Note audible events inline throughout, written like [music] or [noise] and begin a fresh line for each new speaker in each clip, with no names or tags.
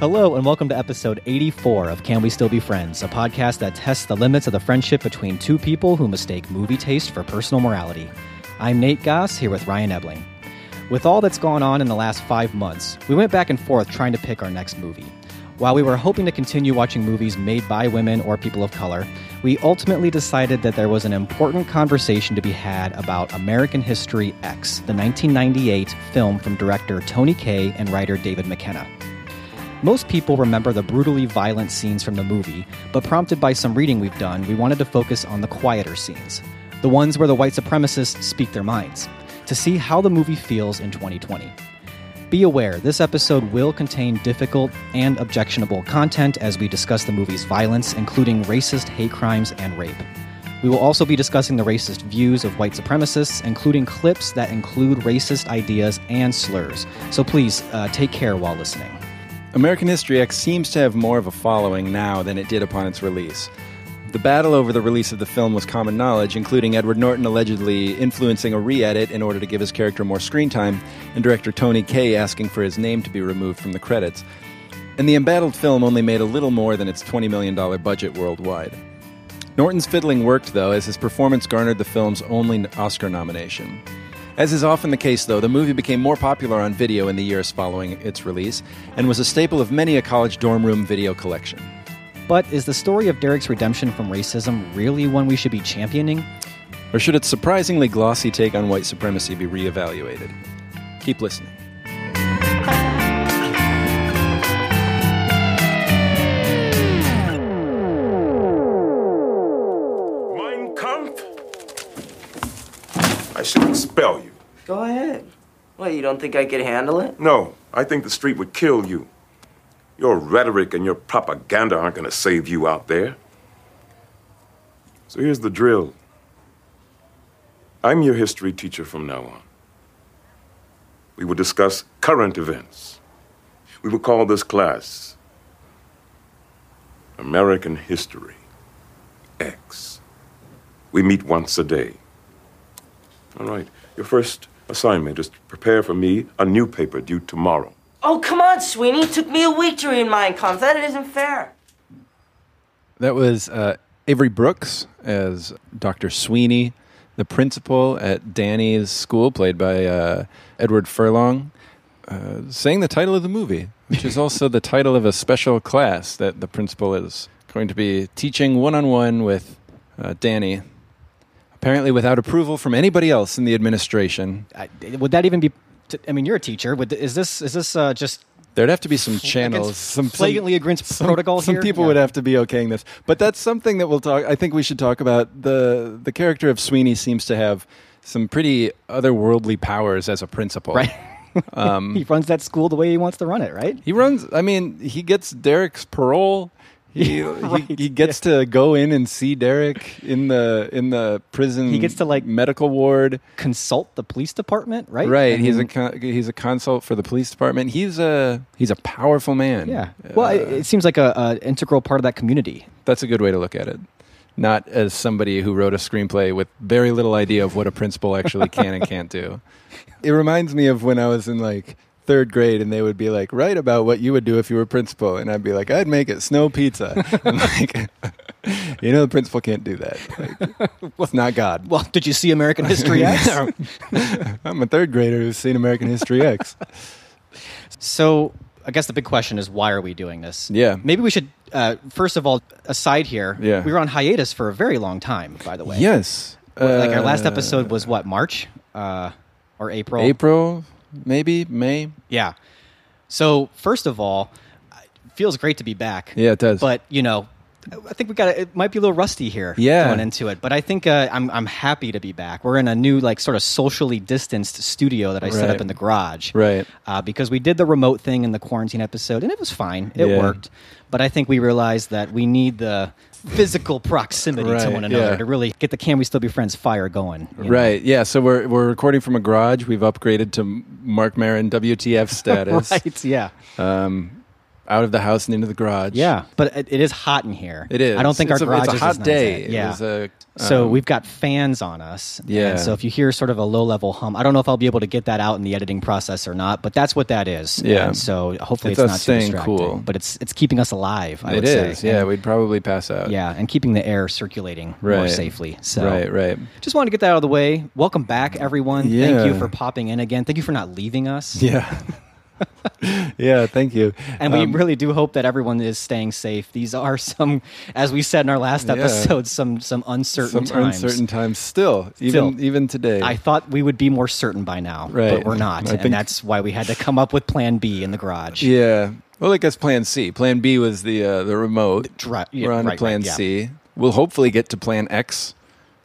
Hello, and welcome to episode 84 of Can We Still Be Friends, a podcast that tests the limits of the friendship between two people who mistake movie taste for personal morality. I'm Nate Goss, here with Ryan Ebling. With all that's gone on in the last five months, we went back and forth trying to pick our next movie. While we were hoping to continue watching movies made by women or people of color, we ultimately decided that there was an important conversation to be had about American History X, the 1998 film from director Tony Kaye and writer David McKenna. Most people remember the brutally violent scenes from the movie, but prompted by some reading we've done, we wanted to focus on the quieter scenes, the ones where the white supremacists speak their minds, to see how the movie feels in 2020. Be aware, this episode will contain difficult and objectionable content as we discuss the movie's violence, including racist hate crimes and rape. We will also be discussing the racist views of white supremacists, including clips that include racist ideas and slurs. So please uh, take care while listening.
American History X seems to have more of a following now than it did upon its release. The battle over the release of the film was common knowledge, including Edward Norton allegedly influencing a re edit in order to give his character more screen time, and director Tony Kaye asking for his name to be removed from the credits. And the embattled film only made a little more than its $20 million budget worldwide. Norton's fiddling worked, though, as his performance garnered the film's only Oscar nomination. As is often the case, though, the movie became more popular on video in the years following its release and was a staple of many a college dorm room video collection.
But is the story of Derek's redemption from racism really one we should be championing?
Or should its surprisingly glossy take on white supremacy be reevaluated? Keep listening.
Mein Kampf? I should expel you.
Go ahead. Well, you don't think I could handle it?
No, I think the street would kill you. Your rhetoric and your propaganda aren't going to save you out there. So here's the drill I'm your history teacher from now on. We will discuss current events. We will call this class American History X. We meet once a day. All right. Your first assignment is to prepare for me a new paper due tomorrow.
Oh, come on, Sweeney. It took me a week to read Mein Kampf. That isn't fair.
That was uh, Avery Brooks as Dr. Sweeney, the principal at Danny's school, played by uh, Edward Furlong, uh, saying the title of the movie, which is also the title of a special class that the principal is going to be teaching one on one with uh, Danny, apparently without approval from anybody else in the administration.
I, would that even be? T- I mean, you're a teacher. Would, th- is this is this uh, just
There'd have to be some channels, some some-
flagrantly against protocol
Some
here?
people
Yeah.
would have to be okaying this, but that's something that we'll talk. I think we should talk about the the character of Sweeney seems to have some pretty otherworldly powers as a principal.
right?
Mm.
he runs that school the way he wants to run it, right?
He runs. I mean, he gets Derek's parole.
[laughs]
He,
Right,
he, he gets to go in and see Derek in the in the prison.
He gets to, like-
medical ward.
Consult the police department, right?
Right.
I
he's a
mean,
con- he's a consult for the police department. He's a he's a powerful man.
yeah. Well, it, it seems like a, a integral part of that community.
That's a good way to look at it. Not as somebody who wrote a screenplay with very little idea of what a principal actually can and can't do. [laughs] It reminds me of when I was in like third grade and they would be like, write about what you would do if you were principal. And I'd be like, I'd make it snow pizza. [laughs] And like, you know, the principal can't do that. Like, it's not God.
Well, [laughs] did you see
[laughs]
American History X?
I'm a third grader who's seen American History X.
So I guess the big question is why are we doing this?
Yeah.
Maybe we should uh, first of all aside here.
Yeah.
We were on hiatus for a very long time, by the way.
Yes.
Like our last
Uh,
episode was what March uh, or April.
April, maybe, May.
Yeah. So first of all, it feels great to be back.
Yeah, it does.
But you know. I think we got it. Might be a little rusty here,
Yeah.
going into it. But I think uh, I'm I'm happy to be back. We're in a new like sort of socially distanced studio that I set
Right.
up in the garage,
Right.
uh, because we did the remote thing in the quarantine episode and it was fine. It
Yeah.
worked. But I think we realized that we need the physical proximity to
Right,
one another
yeah.
to really get the Can We Still Be Friends fire going. you know?
Right. Yeah. So we're we're recording from a
[laughs]
garage. We've upgraded to Mark Marin WTF status.
Right. Yeah.
out of the house and into the garage.
Yeah, but it, it is hot in here.
It is.
I don't think
It's
our
a-
garage
it's a
is
hot
as nice
day.
as-
It
Yeah.
was a, um,
so we've got fans on us.
Yeah.
And so if you hear sort of a low level hum, I don't know if I'll be able to get that out in the editing process or not, but that's what that is.
Yeah.
And so hopefully
It's
it's,
us
not too
staying
distracting,
cool.
but it's it's keeping us alive. I
It
would
is.
say.
Yeah,
And-
we'd probably pass out.
yeah, and keeping the air circulating more
Right.
safely. So
Right, right.
Just wanted to get that out of the way. Welcome back, everyone.
Yeah.
Thank you for popping in again. Thank you for not leaving us.
Yeah. yeah, [laughs] thank you.
And
Um,
we really do hope that everyone is staying safe. These are [laughs] some, as we said in our last
Yeah.
episode, some some uncertain
some
times.
uncertain times still, even
Still.
even today.
I thought we would be more certain by now,
Right.
but we're not,
I
and
think-
that's why we had to come up with Plan B in the garage.
yeah. Well, I guess Plan C. Plan B was the uh, the remote.
Dri- yeah,
We're on
right,
to Plan
right, yeah.
C. We'll hopefully get to Plan X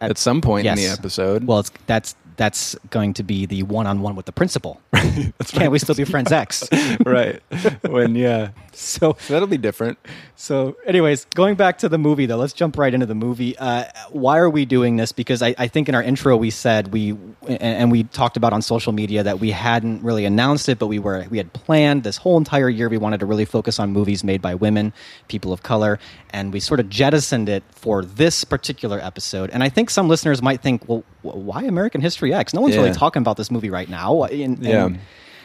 at, some point
Yes.
in the episode.
Well, it's, that's that's going to be the one-on-one with the
[laughs]
principal. Can't we still be friends, X? [laughs]
right. when yeah.
so
So that'll be different.
So, anyways, going back to the movie though, let's jump right into the movie. Uh, why are we doing this? Because I, I think in our intro we said we and, and we talked about on social media that we hadn't really announced it, but we were we had planned this whole entire year. We wanted to really focus on movies made by women, people of color, and we sort of jettisoned it for this particular episode. And I think some listeners might think, well, wh- why American History X? No one's
Yeah.
really talking about this movie right now. And- and-
Yeah.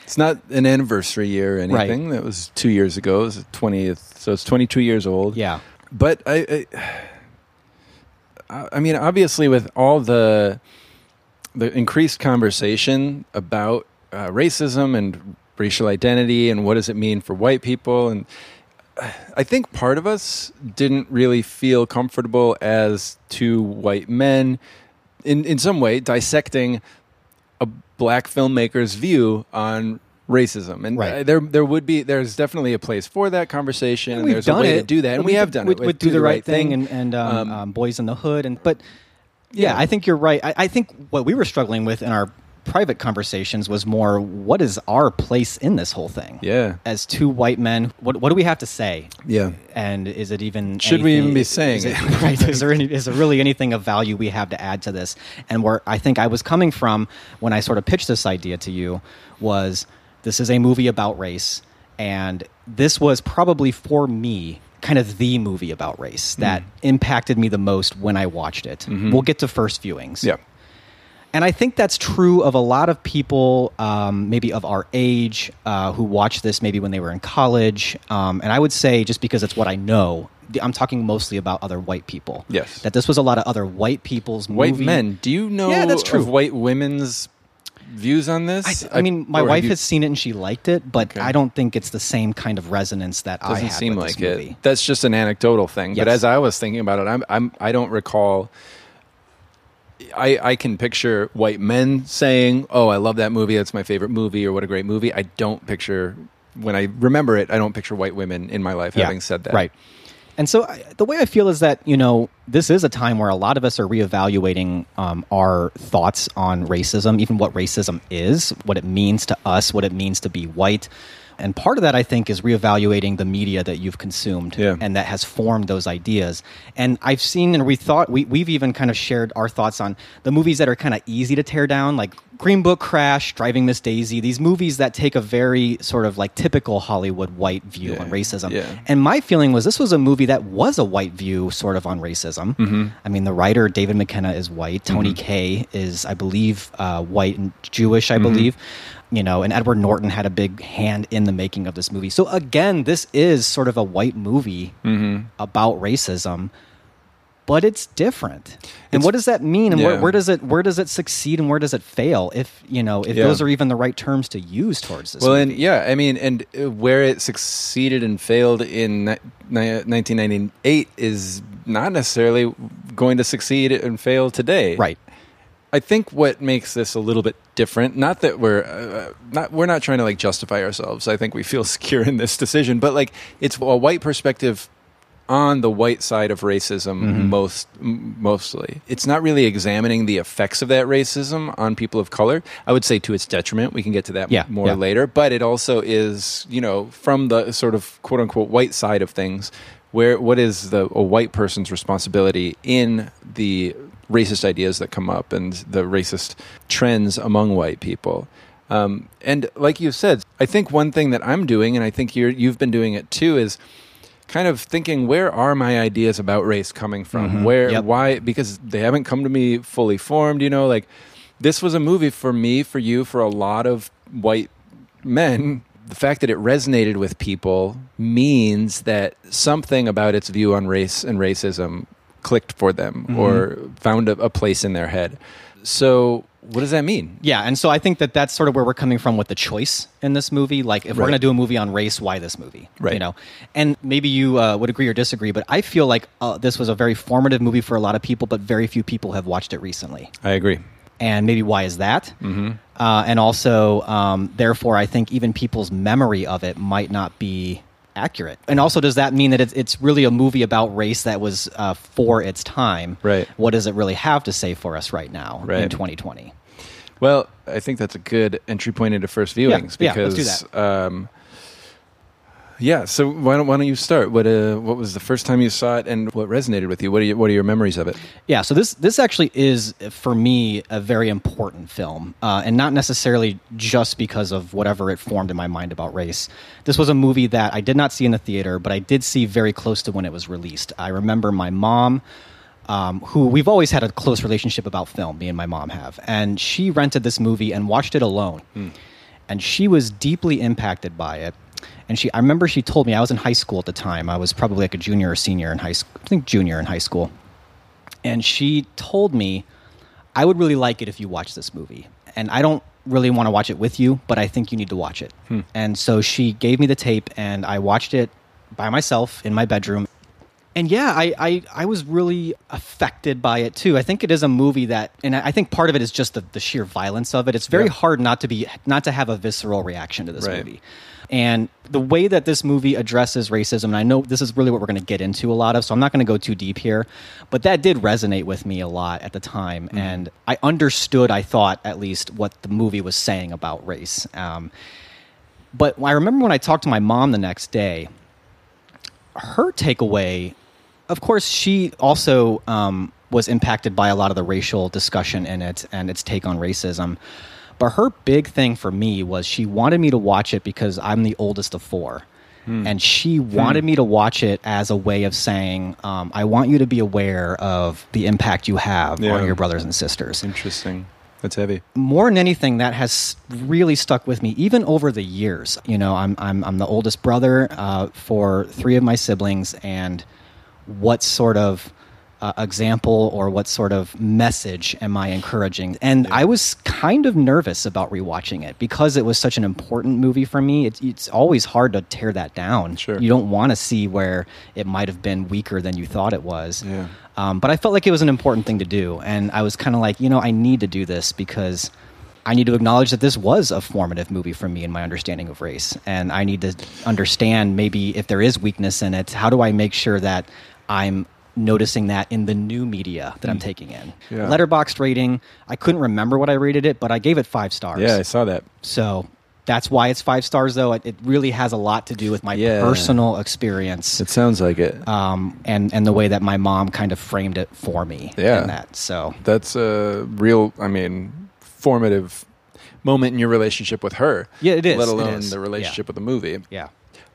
It's not an anniversary year or
Right.
anything. That was two years ago. It was the 20th. So it's 22 years old.
yeah,
But I, I, I mean, obviously, with all the the increased conversation about uh, racism and racial identity and what does it mean for white people, and I think part of us didn't really feel comfortable as two white men, in in some way, dissecting a black filmmaker's view on racism and
Right.
uh, there there would be there's definitely a place for that conversation and
we've
there's
done
a way
it.
to do that, and we, have done
with,
it with
with do, the, right, thing, and, and um, um, boys in the hood, and but yeah,
Yeah.
I think you're right. I, I think what we were struggling with in our private conversations was more what is our place in this whole thing?
Yeah.
as two white men, what what do we have to say?
yeah,
And is it even
Should we even be saying
is [laughs]
it?
right? Is there any, is there really anything of value we have to add to this? And where I think I was coming from when I sort of pitched this idea to you was this is a movie about race, and this was probably for me kind of the movie about race that impacted me the most when I watched it. We'll get to first viewings,
yeah,
and I think that's true of a lot of people, um, maybe of our age, uh, who watched this maybe when they were in college. Um, and I would say, just because it's what I know, th- I'm talking mostly about other white people.
Yes.
That this was a lot of other white people's
white
movie.
men. Do you know?
Yeah, that's true.
Of white women's views on
I,
this.
I mean, my
or have
wife
you-
has seen it and she liked it, but I don't think it's the same kind of resonance that I
Doesn't
had
seem
with
like
this
it.
movie.
That's just an anecdotal thing. But
Yes.
as I was thinking about it, I'm, I'm I don't recall. I, I can picture white men saying, "Oh, I love that movie. That's my favorite movie," or "What a great movie." I don't picture when I remember it. I don't picture white women in my life having said that.
Right. And so I, the way I feel is that, you know, this is a time where a lot of us are reevaluating um, our thoughts on racism, even what racism is, what it means to us, what it means to be white. And part of that, I think, is reevaluating the media that you've consumed
Yeah.
and that has formed those ideas. And I've seen and we thought, we, we've even kind of shared our thoughts on the movies that are kind of easy to tear down, like Green Book Crash, Driving Miss Daisy, these movies that take a very sort of like typical Hollywood white view on racism.
yeah.
And my feeling was this was a movie that was a white view sort of on racism.
Mm-hmm.
I mean, the writer David McKenna is white. Tony Kaye is, I believe, uh, white and Jewish.
Mm-hmm.
I believe, you know, and Edward Norton had a big hand in the making of this movie. So again, this is sort of a white movie
Mm-hmm.
about racism, but it's different. And what does that mean? And where,
yeah.
where does it where does it succeed and where does it fail? If you know, if
Yeah.
those are even the right terms to use towards this.
Well,
movie.
and yeah, I mean, and uh, where it succeeded and failed in ni- ni- 1998 is not necessarily going to succeed and fail today.
right.
I think what makes this a little bit different, not that we're uh, not we're not trying to like justify ourselves. I think we feel [laughs] secure in this decision, but like it's a white perspective on the white side of racism
Mm-hmm.
most m- mostly. It's not really examining the effects of that racism on people of color. I would say to its detriment. We can get to that
Yeah,
more
yeah.
later, but it also is, you know, from the sort of quote unquote white side of things, where what is the a white person's responsibility in the racist ideas that come up and the racist trends among white people. Um, and like you said, I think one thing that I'm doing, and I think you're, you've been doing it too, is kind of thinking where are my ideas about race coming from? Where,
Yep.
why? Because they haven't come to me fully formed. You know, like this was a movie for me, for you, for a lot of white men. The fact that it resonated with people means that something about its view on race and racism clicked for them or found a, a place in their head. So, what does that mean?
Yeah, and so I think that that's sort of where we're coming from with the choice in this movie. Like, if we're
Right.
going to do a movie on race, why this movie?
Right.
You know, and maybe you uh, would agree or disagree, but I feel like uh, this was a very formative movie for a lot of people, but very few people have watched it recently.
I agree.
And maybe why is that? Mm-hmm. Uh, and also, um, therefore, I think even people's memory of it might not be accurate. And also, does that mean that it's, it's really a movie about race that was uh, for its time?
Right.
What does it really have to say for us right now in
Right.
2020?
Well, I think that's a good entry point into first viewings
yeah, let's
because
do
Um, yeah, so why don't why don't you start? What uh, what was the first time you saw it and what resonated with you? What are you, what are your memories of it?
Yeah, so this this actually is for me a very important film, uh, and not necessarily just because of whatever it formed in my mind about race. This was a movie that I did not see in the theater, but I did see very close to when it was released. I remember my mom, um, who we've always had a close relationship about film, me and my mom have, and she rented this movie and watched it alone, and she was deeply impacted by it. And she, I remember she told me I was in high school at the time. I was probably like a junior or senior in high school. I think junior in high school and she told me i would really like it if you watch this movie and i don't really want to watch it with you but i think you need to watch it and so she gave me the tape and i watched it by myself in my bedroom and yeah I, I, I was really affected by it too i think it is a movie that and i I think part of it is just the, the sheer violence of it it's very
Yeah.
hard not to be not to have a visceral reaction to this
Right.
movie and the way that this movie addresses racism, and I know this is really what we're going to get into a lot of, so I'm not going to go too deep here, but that did resonate with me a lot at the time.
Mm-hmm.
And I understood, I thought at least, what the movie was saying about race. Um, but I remember when I talked to my mom the next day, her takeaway, of course, she also um, was impacted by a lot of the racial discussion in it and its take on racism. But her big thing for me was she wanted me to watch it because I'm the oldest of four. And she wanted me to watch it as a way of saying, um, I want you to be aware of the impact you have
Yeah.
on your brothers and sisters
Interesting. That's heavy.
more than anything that has really stuck with me even over the years you know i'm i'm, I'm the oldest brother uh, for three of my siblings and what sort of uh, example or what sort of message am i encouraging and i was kind of nervous about rewatching it because it was such an important movie for me it's, it's always hard to tear that down
Sure.
you don't want to see where it might have been weaker than you thought it was
Yeah.
um, but I felt like it was an important thing to do. And I was kind of like, you know, I need to do this because I need to acknowledge that this was a formative movie for me in my understanding of race. And I need to understand maybe if there is weakness in it, how do I make sure that I'm noticing that in the new media that I'm taking in?
Hmm. Yeah.
Letterboxed rating, I couldn't remember what I rated it, but I gave it five stars.
Yeah, I saw that.
So. That's why it's five stars, though. It, it really has a lot to do with my
Yeah.
personal experience
It sounds like it.
um, and and the way that my mom kind of framed it for me.
Yeah.
In that, so
that's a real, I mean, formative moment in your relationship with her.
Yeah, it is.
Let
It
alone
is.
the
Yeah.
relationship with the movie.
yeah,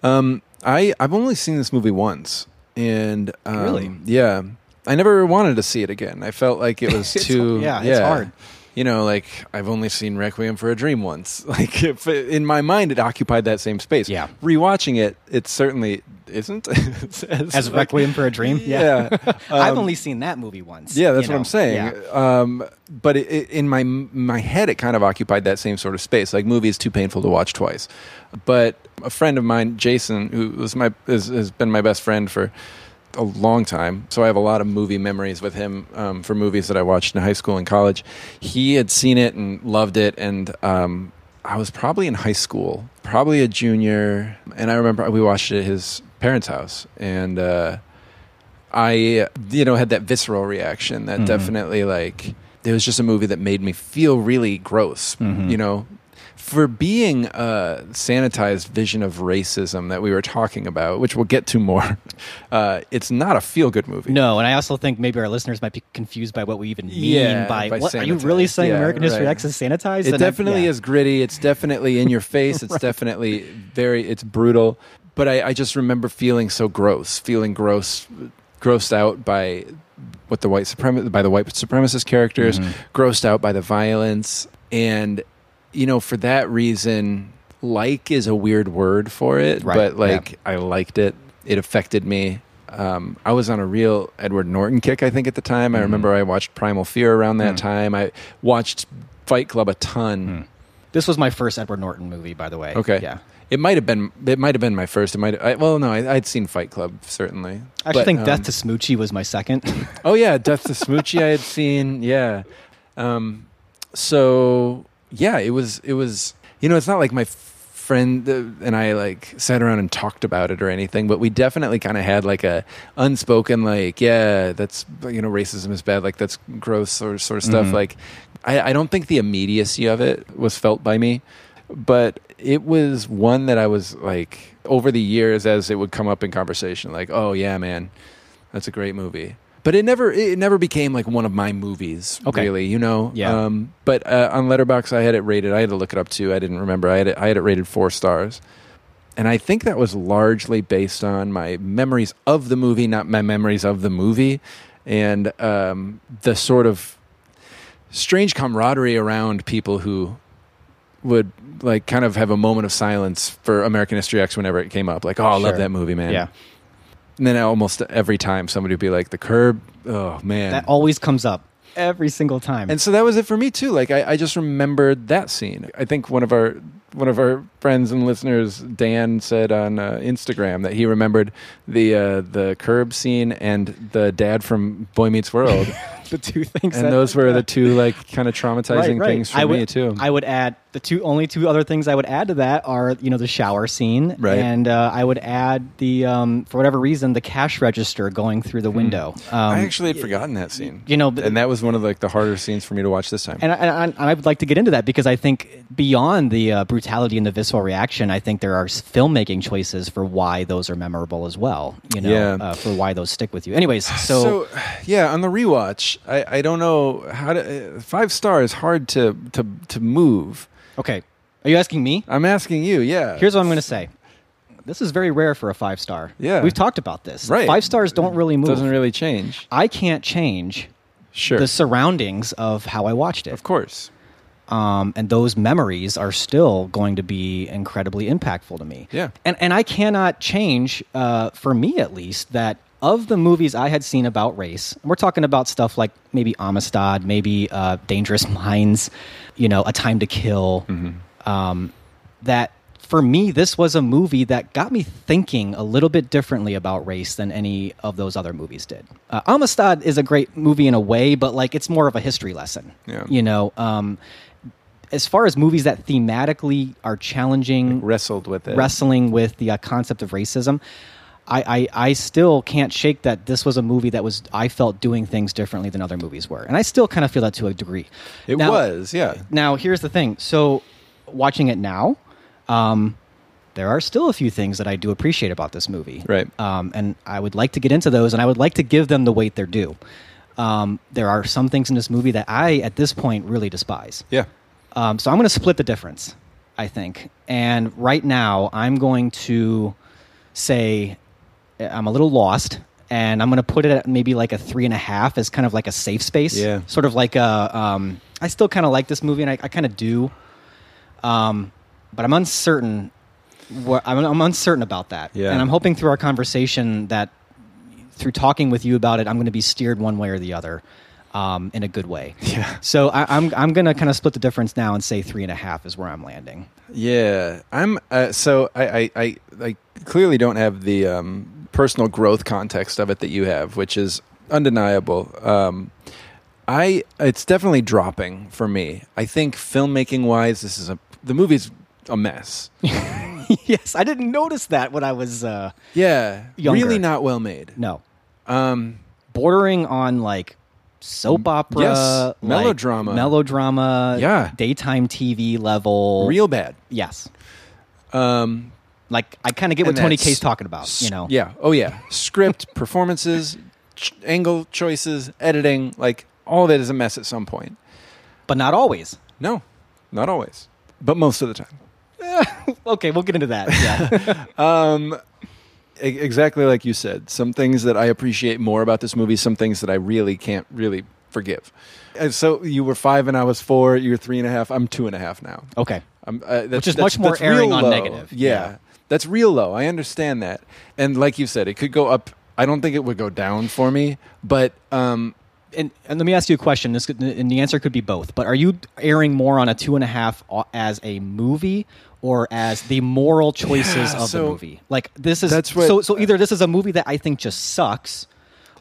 Um, I I've only seen this movie once, and um,
Really?
yeah, I never wanted to see it again. I felt like it
[laughs]
was
It's-
too
yeah, it's hard.
You know, like I've only seen Requiem for a Dream once. [laughs] Like if in my mind, it occupied that same space.
Yeah.
rewatching it, it certainly isn't [laughs] as,
as
like-
Requiem for a [laughs] Dream.
Yeah,
I've
Um,
only seen that movie once.
yeah, that's
you
what
know.
I'm saying.
Yeah.
Um, but it, it, in my my head, it kind of occupied that same sort of space. Like movie is too painful to watch twice. But a friend of mine, Jason, who was my is, has been my best friend for a long time, so I have a lot of movie memories with him um, for movies that I watched in high school and college. He had seen it and loved it, and um, I was probably in high school, probably a junior, and I remember we watched it at his parents' house, and. Uh, I you know had that visceral reaction that definitely like it was just a movie that made me feel really gross, you know. for being a sanitized vision of racism that we were talking about, which we'll get to more. [laughs] Uh, it's not a feel good movie.
No, and I also think maybe our listeners might be confused by what we even mean
Yeah,
by,
by
what are you really
sanitized.
saying
Yeah,
American History
right.
X is sanitized?
It
And I-
definitely
yeah.
is gritty. It's definitely in your face.
[laughs]
It's definitely very. It's brutal. But I, I just remember feeling so gross, feeling gross, grossed out by what the white supremacist by the white supremacist characters,
Mm-hmm.
grossed out by the violence, and you know for that reason, like is a weird word for it,
Right,
but
yeah.
like I liked it. It affected me. Um, I was on a real Edward Norton kick, I think, at the time.
Mm-hmm.
I remember I watched Primal Fear around
Mm.
that time. I watched Fight Club a
Hmm.
ton.
This was my first Edward Norton movie, by the way.
Okay,
Yeah.
It might have been. It might have been my first. It might. I, well, no, I, I'd seen Fight Club certainly.
I actually
But,
think Death
um,
to Smoochie was my second.
Oh yeah, Death to Smoochie I had seen. Yeah. Um, so yeah, it was it was you know, it's not like my f- friend uh, and I like sat around and talked about it or anything, but we definitely kind of had like a unspoken like, yeah, that's you know, racism is bad, like that's gross or sort of stuff like I I don't think the immediacy of it was felt by me but it was one that I was like over the years as it would come up in conversation, like, oh yeah, man, that's a great movie. But it never it never became like one of my movies,
Okay.
really. You know,
Yeah.
Um, but uh, on Letterbox, I had it rated. I had to look it up too. I didn't remember. I had it, I had it rated four stars, and I think that was largely based on my memories of the movie, not my memories of the movie, and um, the sort of strange camaraderie around people who would like kind of have a moment of silence for American History X whenever it came up. Like, oh, I
[laughs]
love
Sure.
that movie, man.
yeah.
And then almost every time somebody would be like, "The Curb." Oh man.
That always comes up every single time.
and so that was it for me too. Like I, I just remembered that scene. I think one of our one of our friends and listeners, Dan, said on uh, Instagram that he remembered the uh, the Curb scene and the dad from Boy
[laughs]
Meets World,
[laughs] the two things.
and
that-
those
[laughs]
were the two like kind of traumatizing
Right, right.
things for
I
me
would,
too.
I would add the two only two other things I would add to that are you know the shower scene,
Right.
And uh, I would add the um, for whatever reason the cash register going through the window. Um,
Hmm. I actually had forgotten that scene.
you know, but-
and that was one of like the harder scenes for me to watch this time.
and I, and I- and I would like to get into that because I think beyond the uh, brutality and the visceral reaction, I think there are s- filmmaking choices for why those are memorable as well. You know,
Yeah.
uh, for why those stick with you.
[sighs]
Anyways, so,
so, yeah, on the rewatch, I, I don't know how to. Uh, five star is hard to to to move.
okay, are you asking me?
I'm asking you. Yeah,
Here's what I'm going to say. This is very rare for a five star.
Yeah.
we've talked about this.
Right.
five stars don't really move.
doesn't really change.
I can't change
Sure,
the surroundings of how I watched it.
of course.
Um, and those memories are still going to be incredibly impactful to me.
Yeah.
And, and I cannot change, uh, for me at least, that of the movies I had seen about race, and we're talking about stuff like maybe Amistad, maybe uh, Dangerous [laughs] Minds, you know, A Time to Kill,
Mm-hmm.
um, that for me, this was a movie that got me thinking a little bit differently about race than any of those other movies did. Uh, Amistad is a great movie in a way, but like it's more of a history lesson.
Yeah.
You know, um, as far as movies that thematically are challenging,
Wrestled with it.
wrestling with the uh, concept of racism, I, I, I still can't shake that this was a movie that was I felt doing things differently than other movies were, and I still kind of feel that to a degree.
It
Now-
was. Yeah.
now here's the thing so watching it now um, there are still a few things that i do appreciate about this movie
Right.
um, and i would like to get into those and i would like to give them the weight they're due um, there are some things in this movie that i at this point really despise
Yeah.
um, so i'm going to split the difference i think and right now i'm going to say i'm a little lost and i'm going to put it at maybe like a three and a half as kind of like a safe space
Yeah.
sort of like a um, i still kind of like this movie and i, I kind of do um, but i'm uncertain what I'm, I'm uncertain about that
Yeah.
and i'm hoping through our conversation that through talking with you about it i'm going to be steered one way or the other um, in a good [laughs] way
Yeah.
so I, i'm, I'm going to kind of split the difference now and say three and a half is where i'm landing [laughs]
Yeah. I'm. Uh, so I, I I I clearly don't have the um, personal growth context of it that you have, which is undeniable. Um, I it's definitely dropping for me. I think filmmaking wise, this is a the movie's a [laughs] mess.
yes i didn't notice that when i was uh,
Yeah,
Younger.
really not well made.
no
Um,
bordering on like soap opera,
Yes.
like
Melodrama.
melodrama,
Yeah.
daytime TV level,
Real bad.
yes. Um, like I kind of get what
And
Tony
that's-
K's talking about, you know.
Yeah. Oh yeah. Script, [laughs] performances, ch- angle choices, editing, like all that is a mess at some point.
but not always.
No, not always, but most of the time.
Okay, we'll get into that. [laughs] Yeah,
E- exactly like you said, some things that I appreciate more about this movie, some things that I really can't really forgive. And so you were five and I was four. You're three and a half. I'm two and a half now.
okay.
Um, uh, that's,
is
that's-
much more
that's
erring
real
on
low.
negative.
Yeah.
Yeah.
that's real low. I understand that, and like you said, it could go up. I don't think it would go down for me, but um,
[laughs] And, and let me ask you a question. This could, and the answer could be both. But are you airing more on a two and a half o- as a movie or as the moral choices
Yeah,
of the
so-
movie? Like this is
That's what-
so. So either this is a movie that I think just sucks,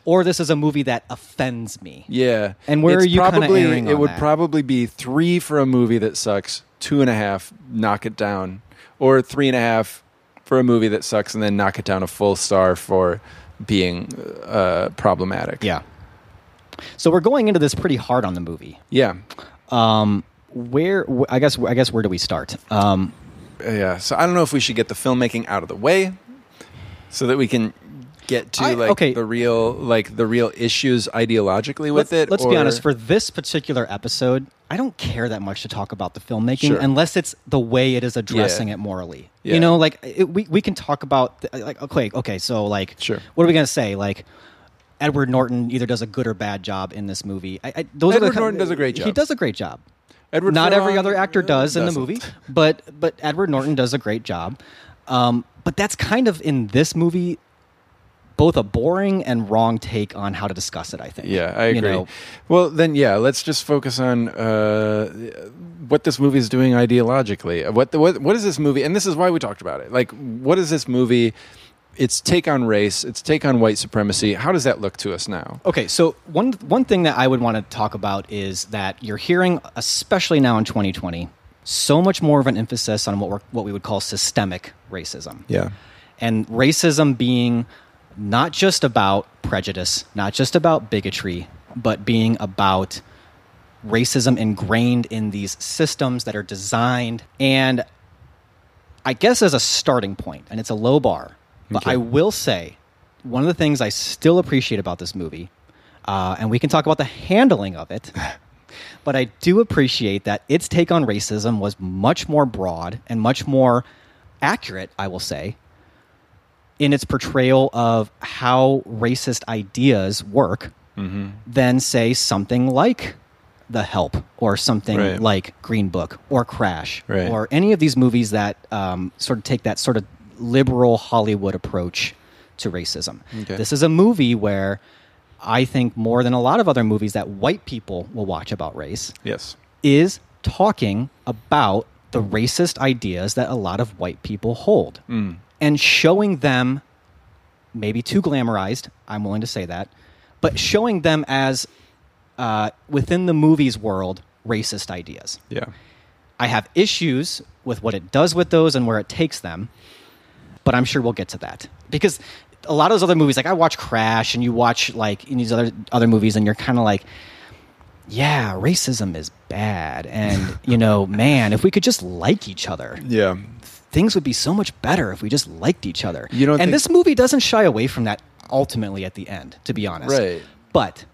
or this is a movie that offends me.
yeah.
And where
It's
are you kinda
probably
erring
it
on
would
that?
probably be three for a movie that sucks, two and a half, knock it down, or three and a half for a movie that sucks, and then knock it down a full star for being uh, problematic.
Yeah. So we're going into this pretty hard on the movie.
yeah.
Where wh- I guess I guess where do we start? Um,
Yeah. So I don't know if we should get the filmmaking out of the way so that we can get to
I-
like
okay.
the real like the real issues ideologically with
let's,
it.
let's be
or-
honest. For this particular episode, I don't care that much to talk about the filmmaking
Sure.
unless it's the way it is addressing
Yeah.
it morally.
Yeah.
You know, like it, we we can talk about the, like okay, okay. So like,
Sure.
What are we gonna say? Like. Edward Norton either does a good or bad job in this movie. I, I, those are the
Edward
kind-
Norton does a great
He
job.
does a great job.
Edward
not every
Furlong
other actor does in the
doesn't.
movie, but but Edward Norton does a great job. Um, but that's kind of in this movie both a boring and wrong take on how to discuss it. I think.
Yeah, I
You
agree.
know,
Well, then, yeah, let's just focus on uh, what this movie is doing ideologically. What, the, what what is this movie? And this is why we talked about it. Like, what is this movie? Its take on race, its take on white supremacy. How does that look to us now?
Okay, so one one thing that I would want to talk about is that you're hearing, especially now in 2020, so much more of an emphasis on what we're, what we would call systemic racism.
Yeah.
and racism being not just about prejudice, not just about bigotry, but being about racism ingrained in these systems that are designed and I guess as a starting point, and it's a low bar, but I will say one of the things I still appreciate about this movie, uh, and we can talk about the handling of
[laughs]
it, but I do appreciate that its take on racism was much more broad and much more accurate, I will say, in its portrayal of how racist ideas work
Mm-hmm.
than, say, something like The Help or something
Right.
like Green Book or Crash
Right.
or any of these movies that um, sort of take that sort of liberal Hollywood approach to racism.
Okay.
This is a movie where I think more than a lot of other movies that white people will watch about race
Yes.
is talking about the racist ideas that a lot of white people hold and showing them maybe too glamorized i'm willing to say that but showing them as uh, within the movies world racist ideas
Yeah.
I have issues with what it does with those and where it takes them, but I'm sure we'll get to that because a lot of those other movies, like I watch Crash and you watch like in these other other movies, and you're kind of like, yeah, racism is bad, and you know, [laughs] man, if we could just like each other,
Yeah.
things would be so much better if we just liked each other.
You don't
and
think-
this movie doesn't shy away from that ultimately at the end, to be honest.
Right.
But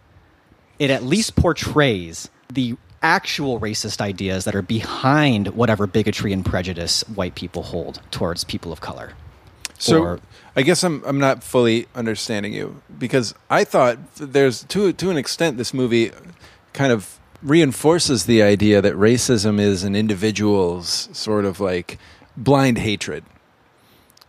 it at least portrays the actual racist ideas that are behind whatever bigotry and prejudice white people hold towards people of color.
So
or-
I guess I'm I'm not fully understanding you because I thought there's to to an extent this movie kind of reinforces the idea that racism is an individual's sort of like blind hatred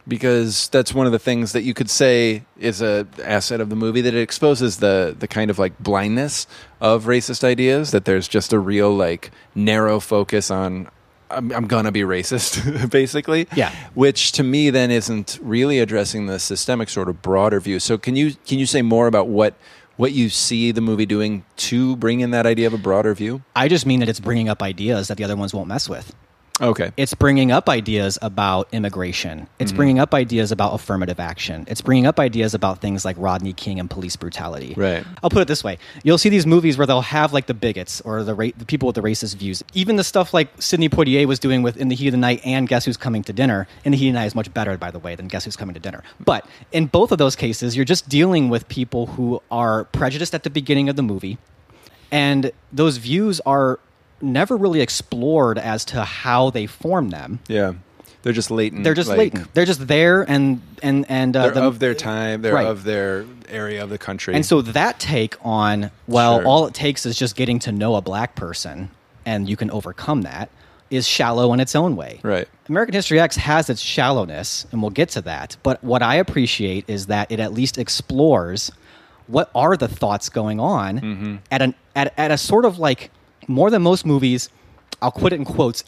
because that's one of the things that you could say is a asset of the movie that it exposes the the kind of like blindness of racist ideas that there's just a real like narrow focus on I'm, I'm gonna be racist [laughs] basically
Yeah.
which to me then isn't really addressing the systemic sort of broader view so can you can you say more about what what you see the movie doing to bring in that idea of a broader view
I just mean that it's bringing up ideas that the other ones won't mess with.
Okay.
It's bringing up ideas about immigration. It's
Mm-hmm.
bringing up ideas about affirmative action. It's bringing up ideas about things like Rodney King and police brutality.
Right.
I'll put it this way: you'll see these movies where they'll have like the bigots or the ra- the people with the racist views. Even the stuff like Sidney Poitier was doing with In the Heat of the Night and Guess Who's Coming to Dinner. In the Heat of the Night is much better, by the way, than Guess Who's Coming to Dinner. But in both of those cases, you're just dealing with people who are prejudiced at the beginning of the movie, and those views are never really explored as to how they form them.
yeah. They're just latent.
They're just
like,
latent. They're just there, and and and uh,
They're
the-
of their time. They're
Right.
of their area of the country.
And so that take on, well,
Sure.
all it takes is just getting to know a black person and you can overcome that is shallow in its own way.
Right.
American History X has its shallowness, and we'll get to that. But what I appreciate is that it at least explores what are the thoughts going on
Mm-hmm.
at an at, at a sort of like more than most movies, I'll quote it in quotes,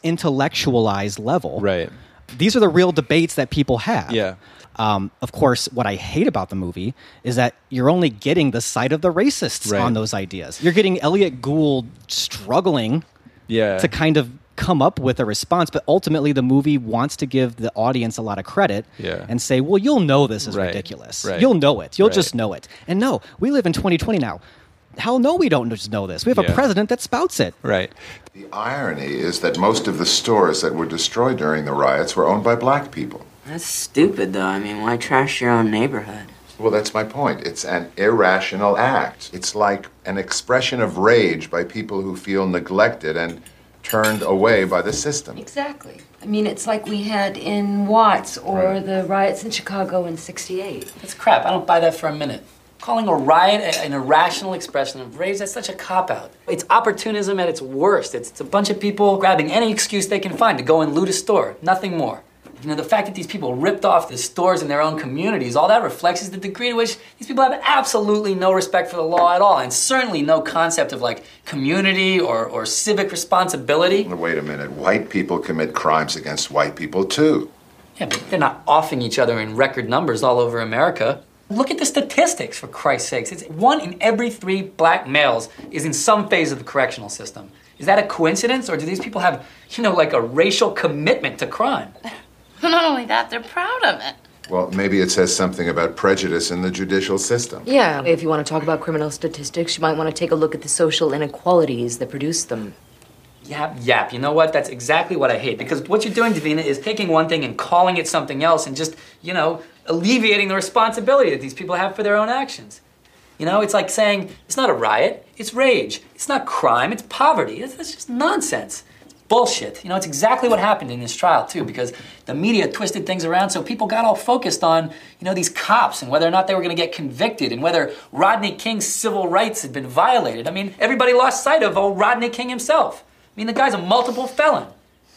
intellectualized level.
Right.
These are the real debates that people have.
Yeah.
Um, of course, what I hate about the movie is that you're only getting the side of the racists
Right.
on those ideas. You're getting Elliot Gould struggling
Yeah.
to kind of come up with a response, but ultimately the movie wants to give the audience a lot of credit
Yeah.
and say, well, you'll know this is
Right.
ridiculous.
Right.
You'll know it. You'll
Right.
just know it. And no, we live in 2020 now. Hell no, we don't just know this. We have
Yeah.
a president that spouts it.
right.
The irony is that most of the stores that were destroyed during the riots were owned by black people.
That's stupid, though. I mean, why trash your own neighborhood?
Well, that's my point. It's an irrational act. It's like an expression of rage by people who feel neglected and turned away by the system.
Exactly. I mean, it's like we had in Watts or the riots in Chicago in 68.
That's crap. I don't buy that for a minute. Calling a riot a- an irrational expression of rage, that's such a cop out. It's opportunism at its worst. It's, it's a bunch of people grabbing any excuse they can find to go and loot a store, nothing more. You know, the fact that these people ripped off the stores in their own communities, all that reflects is the degree to which these people have absolutely no respect for the law at all, and certainly no concept of like community or, or civic responsibility.
Now, Wait a minute. White people commit crimes against white people, too.
Yeah, but they're not offing each other in record numbers all over America. Look at the statistics, for Christ's sakes. It's one in every three black males is in some phase of the correctional system. Is that a coincidence, or do these people have, you know, like a racial commitment to crime?
Not only that, they're proud of it.
Well, maybe it says something about prejudice in the judicial system.
Yeah, if you want to talk about criminal statistics, you might want to take a look at the social inequalities that produce them.
Yap, yap. You know what? That's exactly what I hate. Because what you're doing, Davina, is taking one thing and calling it something else and just, you know, alleviating the responsibility that these people have for their own actions. You know, it's like saying it's not a riot, it's rage. It's not crime, it's poverty. That's, that's just nonsense. It's bullshit. You know, it's exactly what happened in this trial, too, because the media twisted things around so people got all focused on, you know, these cops and whether or not they were going to get convicted and whether Rodney King's civil rights had been violated. I mean, everybody lost sight of old Rodney King himself. I mean, the guy's a multiple felon.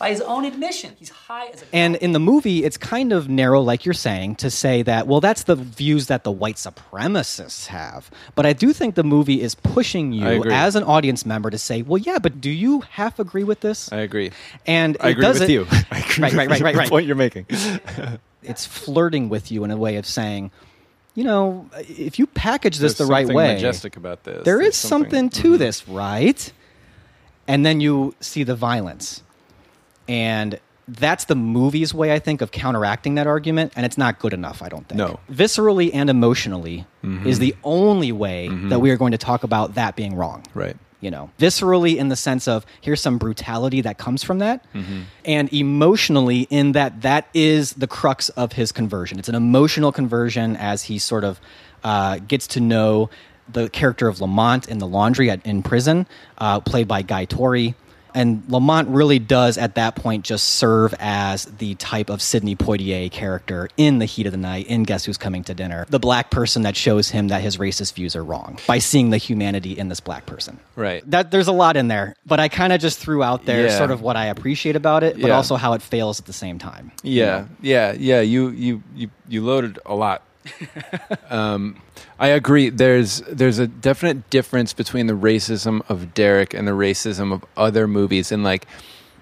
By his own admission, he's high as a.
And in the movie, it's kind of narrow, like you're saying, to say that, well, that's the views that the white supremacists have. But I do think the movie is pushing
I
you
agree.
as an audience member to say, well, yeah, but do you half agree with this?
I agree.
And it
I agree
does
with
it-
you. [laughs] I
[laughs]
agree
Right, right, right,
with
right,
[laughs] the
right.
Point you're making.
It's flirting with you in a way of saying, you know, if you package this
There's
the right
something
way,
majestic about this.
there
There's Mm-hmm.
is something, to this, right? And then you see the violence. And that's the movie's way, I think, of counteracting that argument. And it's not good enough, I don't think.
No. Mm-hmm.
Viscerally and emotionally is the only way that we are going to talk about that being wrong.
Right.
You know, viscerally in the sense of here's some brutality that comes from that, and emotionally in that that is the crux of his conversion. It's an emotional conversion as he sort of uh, gets to know the character of Lamont in the laundry at, in prison, uh, played by Guy Tori. And Lamont really does at that point just serve as the type of Sidney Poitier character in the heat of the night, in Guess Who's Coming to Dinner, the black person that shows him that his racist views are wrong by seeing the humanity in this black person.
Right.
That there's a lot in there, but I kind of just threw out there
Yeah.
sort of what I appreciate about it, but
Yeah.
also how it fails at the same time.
Yeah, yeah, yeah. You you you you loaded a lot. um, I agree. There's there's a definite difference between the racism of Derek and the racism of other movies, and like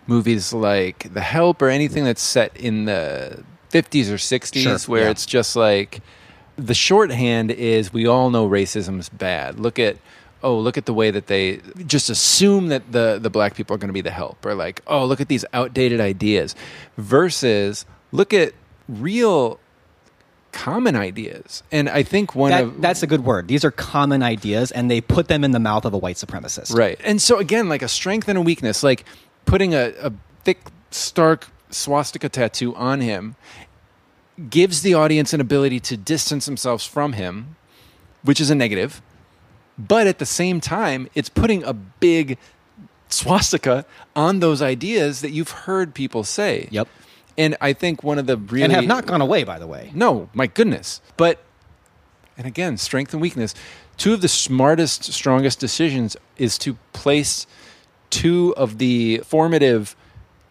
movies like The Help or anything that's set in the 50s or 60s,
Sure,
where
yeah.
it's just like the shorthand is we all know racism's bad. Look at oh, look at the way that they just assume that the, the black people are going to be the help, or like, oh, look at these outdated ideas, versus look at real common ideas. And I think one
That-
of
that's a good word. These are common ideas, and they put them in the mouth of a white supremacist.
Right. And so again, like a strength and a weakness, like putting a, a thick, stark swastika tattoo on him gives the audience an ability to distance themselves from him, which is a negative. But at the same time, it's putting a big swastika on those ideas that you've heard people say.
Yep.
And I think one of the really
And have not gone away, by the way.
no, my goodness. But, and again, strength and weakness. Two of the smartest, strongest decisions is to place two of the formative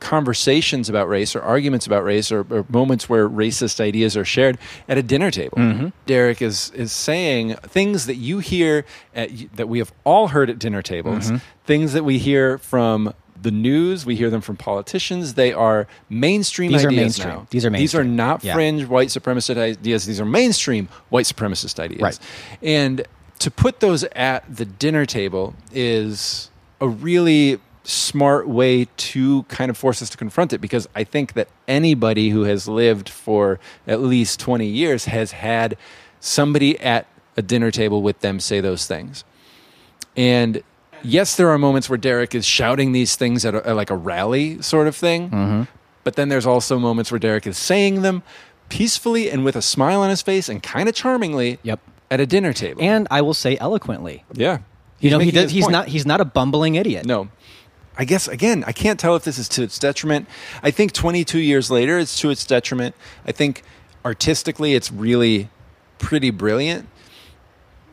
conversations about race or arguments about race or, or moments where racist ideas are shared at a dinner table.
Mm-hmm.
Derek is is saying things that you hear at, that we have all heard at dinner tables,
Mm-hmm.
things that we hear from the news, we hear them from politicians. They are mainstream
These are
ideas
mainstream.
now.
These are
These are
mainstream.
not
Yeah.
fringe white supremacist ideas. These are mainstream white supremacist ideas.
Right.
And to put those at the dinner table is a really smart way to kind of force us to confront it because I think that anybody who has lived for at least 20 years has had somebody at a dinner table with them say those things. And yes, there are moments where Derek is shouting these things at, a, at like a rally sort of thing.
Mm-hmm.
But then there's also moments where Derek is saying them peacefully and with a smile on his face and kind of charmingly
Yep.
at a dinner table.
And I will say eloquently.
yeah.
You know, he
making
does,
his
he's
point.
not he's not a bumbling idiot.
No. I guess again, I can't tell if this is to its detriment. I think 22 years later, it's to its detriment. I think artistically, it's really pretty brilliant.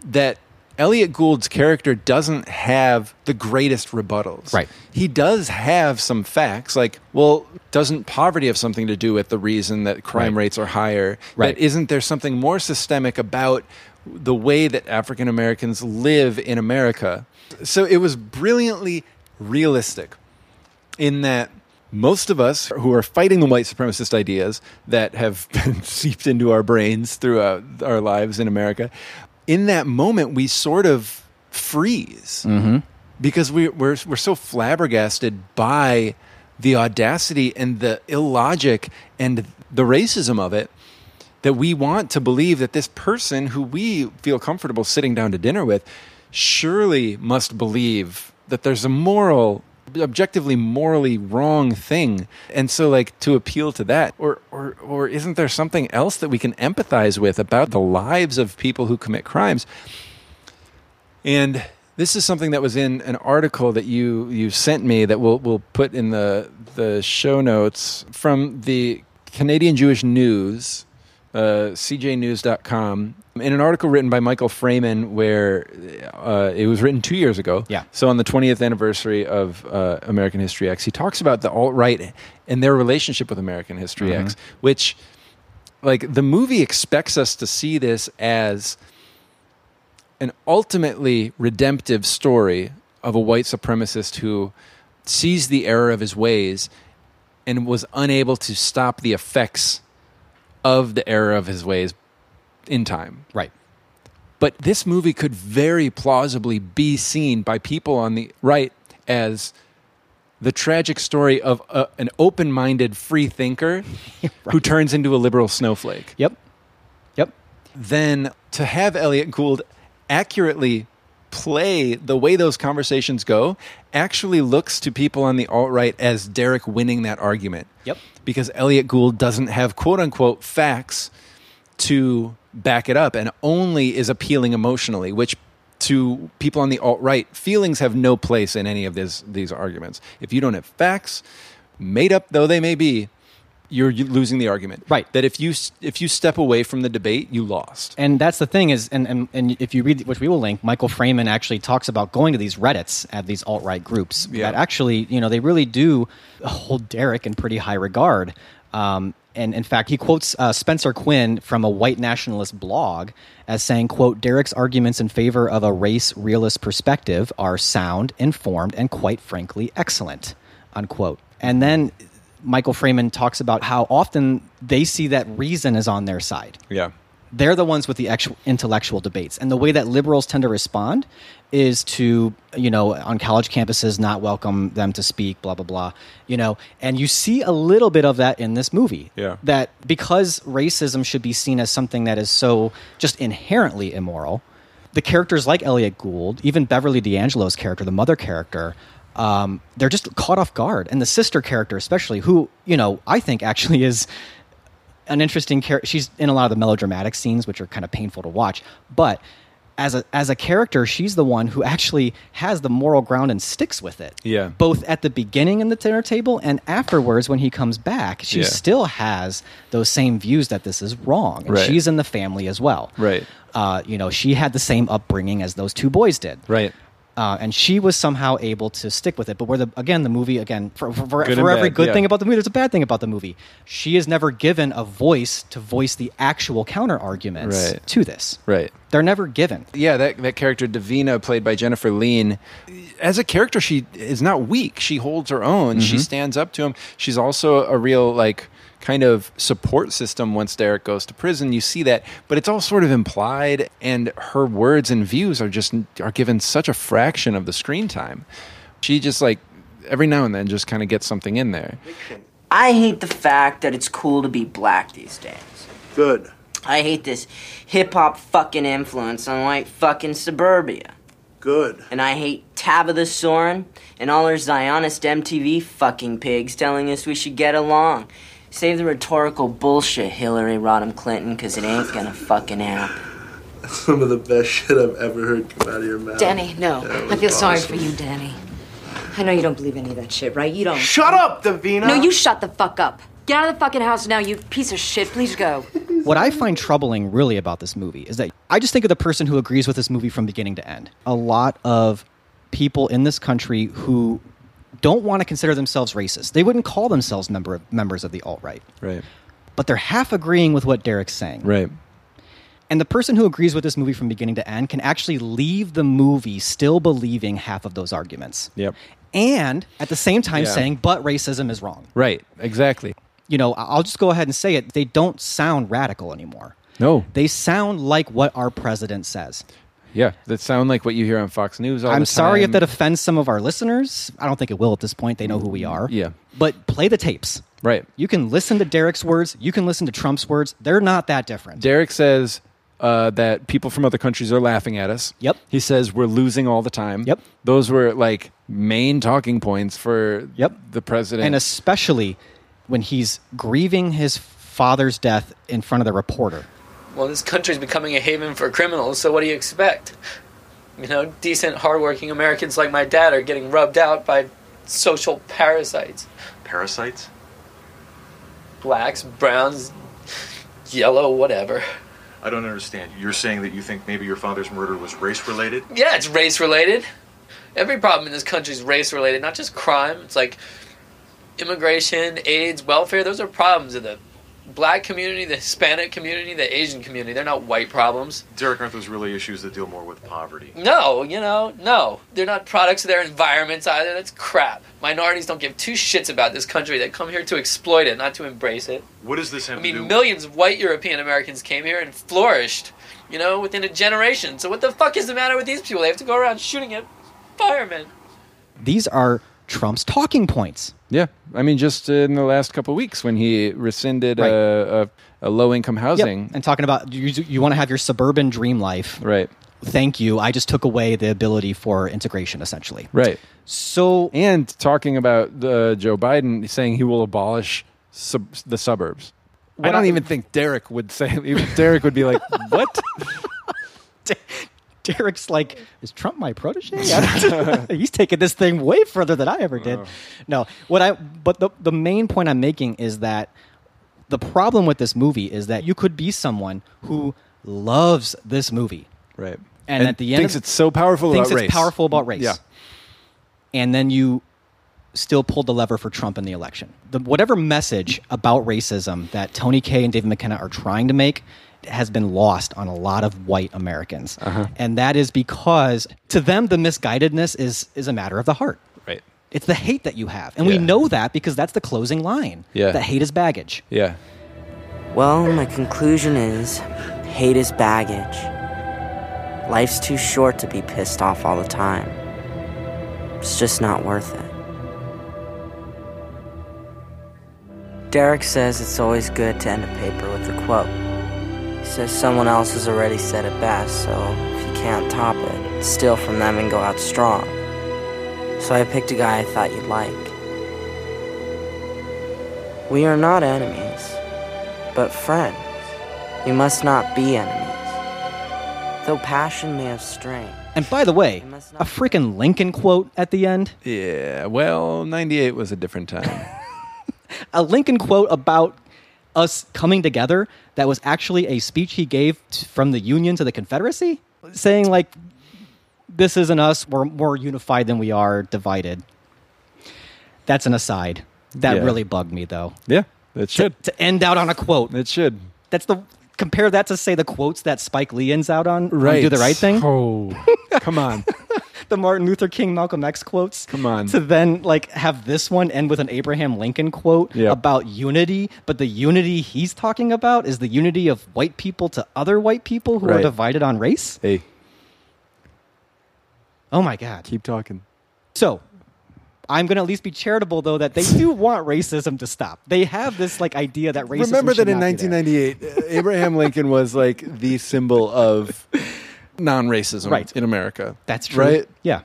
That Elliot Gould's character doesn't have the greatest rebuttals.
Right.
He does have some facts, like, well, doesn't poverty have something to do with the reason that crime
Right.
rates are higher?
Right.
That isn't there something more systemic about the way that African Americans live in America? So it was brilliantly realistic in that most of us who are fighting the white supremacist ideas that have [laughs] been seeped into our brains throughout our lives in America, in that moment we sort of freeze because we, we're we're so flabbergasted by the audacity and the illogic and the racism of it that we want to believe that this person who we feel comfortable sitting down to dinner with surely must believe that there's a moral objectively morally wrong thing and so like to appeal to that or or or isn't there something else that we can empathize with about the lives of people who commit crimes and this is something that was in an article that you you sent me that we'll we'll put in the the show notes from the Canadian Jewish News, uh, cjnews.com, in an article written by Michael Freeman, where uh, it was written two years ago.
Yeah.
So on the 20th anniversary of uh, American History X, he talks about the alt right and their relationship with American History X, which like the movie expects us to see this as an ultimately redemptive story of a white supremacist who sees the error of his ways and was unable to stop the effects of the error of his ways in time.
Right.
But this movie could very plausibly be seen by people on the right as the tragic story of a, an open minded free thinker who turns into a liberal snowflake
Yep. Yep.
then to have Elliot Gould accurately play the way those conversations go actually looks to people on the alt right as Derek winning that argument.
Yep.
Because Elliot Gould doesn't have quote unquote facts to back it up and only is appealing emotionally, which to people on the alt right, feelings have no place in any of this, these arguments. If you don't have facts, made up though they may be, you're losing the argument.
Right.
That if you s- if you step away from the debate, you lost.
And that's the thing is, and, and, and if you read, which we will link, Michael Freeman actually talks about going to these Reddits at these alt right groups
Yeah.
that actually, you know, they really do hold Derek in pretty high regard. Um, and in fact, he quotes uh, Spencer Quinn from a white nationalist blog as saying, quote, Derek's arguments in favor of a race realist perspective are sound, informed, and quite frankly, excellent, unquote. And then Michael Freeman talks about how often they see that reason is on their side
Yeah.
They're the ones with the actual intellectual debates, and the way that liberals tend to respond is to you know on college campuses not welcome them to speak, blah blah blah, you know, and you see a little bit of that in this movie.
Yeah.
that because racism should be seen as something that is so just inherently immoral, the characters like Elliot Gould, even Beverly D'Angelo's character, the mother character, um, they're just caught off guard. And the sister character, especially, who, you know, I think actually is an interesting character. She's in a lot of the melodramatic scenes, which are kind of painful to watch. But as a, as a character, she's the one who actually has the moral ground and sticks with it.
Yeah.
Both at the beginning in the dinner table and afterwards when he comes back, she
Yeah.
still has those same views that this is wrong. And
Right.
she's in the family as well.
Right.
Uh, you know, she had the same upbringing as those two boys did.
Right.
Uh, and she was somehow able to stick with it. But where the again, the movie again for for, for,
Good
for
and
every
bad,
good
yeah.
thing about the movie, there's a bad thing about the movie. She is never given a voice to voice the actual counter arguments
Right.
to this.
Right.
They're never given.
yeah, that, that character Davina, played by Jennifer Lean, as a character, she is not weak. She holds her own.
Mm-hmm.
She stands up to him. She's also a real like kind of support system once Derek goes to prison. You see that, but it's all sort of implied, and her words and views are just are given such a fraction of the screen time. She just like every now and then just kind of gets something in there.
I hate the fact that it's cool to be black these days.
Good.
I hate this hip hop fucking influence on white fucking suburbia.
Good.
And I hate Tabitha Soren and all her Zionist MTV fucking pigs telling us we should get along. Save the rhetorical bullshit, Hillary Rodham Clinton, because it ain't gonna fucking happen.
Some of the best shit I've ever heard come out of your mouth.
Danny, no.
That was
I feel sorry
awesome.
for you, Danny. I know you don't believe any of that shit, right? You don't.
Shut up, Davina.
No, you shut the fuck up. Get out of the fucking house now, you piece of shit. Please go.
What I find troubling really about this movie is that I just think of the person who agrees with this movie from beginning to end. A lot of people in this country who don't want to consider themselves racist. They wouldn't call themselves member of, members of the alt right,
Right.
but they're half agreeing with what Derek's saying.
Right.
And the person who agrees with this movie from beginning to end can actually leave the movie still believing half of those arguments.
Yep.
And at the same time
Yeah.
saying, but racism is wrong.
Right. Exactly.
You know, I- I'll just go ahead and say it. They don't sound radical anymore.
No.
They sound like what our president says.
Yeah. That sound like what you hear on Fox News all the
I'm sorry if
time.
that offends some of our listeners. I don't think it will at this point. They know who we are.
Yeah.
But play the tapes.
Right.
You can listen to Derek's words. You can listen to Trump's words. They're not that different.
Derek says uh, that people from other countries are laughing at us.
Yep.
He says we're losing all the time.
Yep.
Those were like main talking points for
Yep.
the president.
and especially when he's grieving his father's death in front of the reporter.
Well, this country's becoming a haven for criminals, so what do you expect? You know, decent, hardworking Americans like my dad are getting rubbed out by social parasites.
Parasites?
Blacks, browns, yellow, whatever.
I don't understand. You're saying that you think maybe your father's murder was race related?
Yeah, it's race related. Every problem in this country is race related, not just crime. It's like immigration, AIDS, welfare. Those are problems of the black community, the Hispanic community, the Asian community. They're not white problems.
Derek, aren't those really issues that deal more with poverty?
No, you know, no. They're not products of their environments either. That's crap. Minorities don't give two shits about this country. They come here to exploit it, not to embrace it.
What does this have to
I mean,
do?
millions of white European Americans came here and flourished, you know, within a generation. So what the fuck is the matter with these people? They have to go around shooting at firemen.
These are Trump's talking points.
yeah, I mean, just in the last couple weeks when he rescinded
Right.
uh a, a, low income
Yep.
housing.
And talking about you, you want to have your suburban dream life.
Right.
Thank you. I just took away the ability for integration, essentially.
Right.
So [laughs]
And talking about uh, Joe Biden saying he will abolish sub- the suburbs. I don't
I-
even think Derek would say. [laughs] Derek would be like, [laughs] "What?
Derek's like, is Trump my protege? [laughs] He's taking this thing way further than I ever did.
Uh.
No, what I but the the main point I'm making is that the problem with this movie is that you could be someone who loves this movie
Right."
And at the end
thinks
of-
it's so powerful
thinks
about
it's
race.
powerful about race.
Yeah.
And then you still pulled the lever for Trump in the election. The, whatever message about racism that Tony Kaye and David McKenna are trying to make has been lost on a lot of white Americans.
Uh-huh.
And that is because to them the misguidedness is is a matter of the heart.
Right.
It's the hate that you have. And we
Yeah.
know that because that's the closing line.
Yeah.
That hate is baggage.
Yeah.
Well, my conclusion is Hate is baggage. Life's too short to be pissed off all the time. It's just not worth it. Derek says it's always good to end a paper with a quote. He says someone else has already said it best, so if you can't top it, steal from them and go out strong. So I picked a guy I thought you'd like. We are not enemies, but friends. We must not be enemies. Though passion may have strength.
And by the way, a freaking Lincoln quote at the end.
Yeah, well, 98 was a different time.
A Lincoln quote about us coming together that was actually a speech he gave t- from the Union to the Confederacy, saying, like, this isn't us. We're more unified than we are divided. That's an aside. That
Yeah.
really bugged me, though.
[laughs] yeah, it should.
To end out on a quote.
It should.
That's the. Compare that to say the quotes that Spike Lee ends out on. on Do the right thing.
Oh, [laughs] come on.
the Martin Luther King Malcolm X quotes.
Come on.
To then like have this one end with an Abraham Lincoln quote
Yep.
about unity, but the unity he's talking about is the unity of white people to other white people who
Right.
are divided on race.
Hey,
Oh my god.
keep talking.
So I'm going to at least be charitable though that
[laughs]
they do want racism to stop. They have this like idea that racism
Remember
should
that in
not be there.
1998, Abraham Lincoln was like the symbol of non-racism
Right.
in America.
That's true.
Right?
Yeah.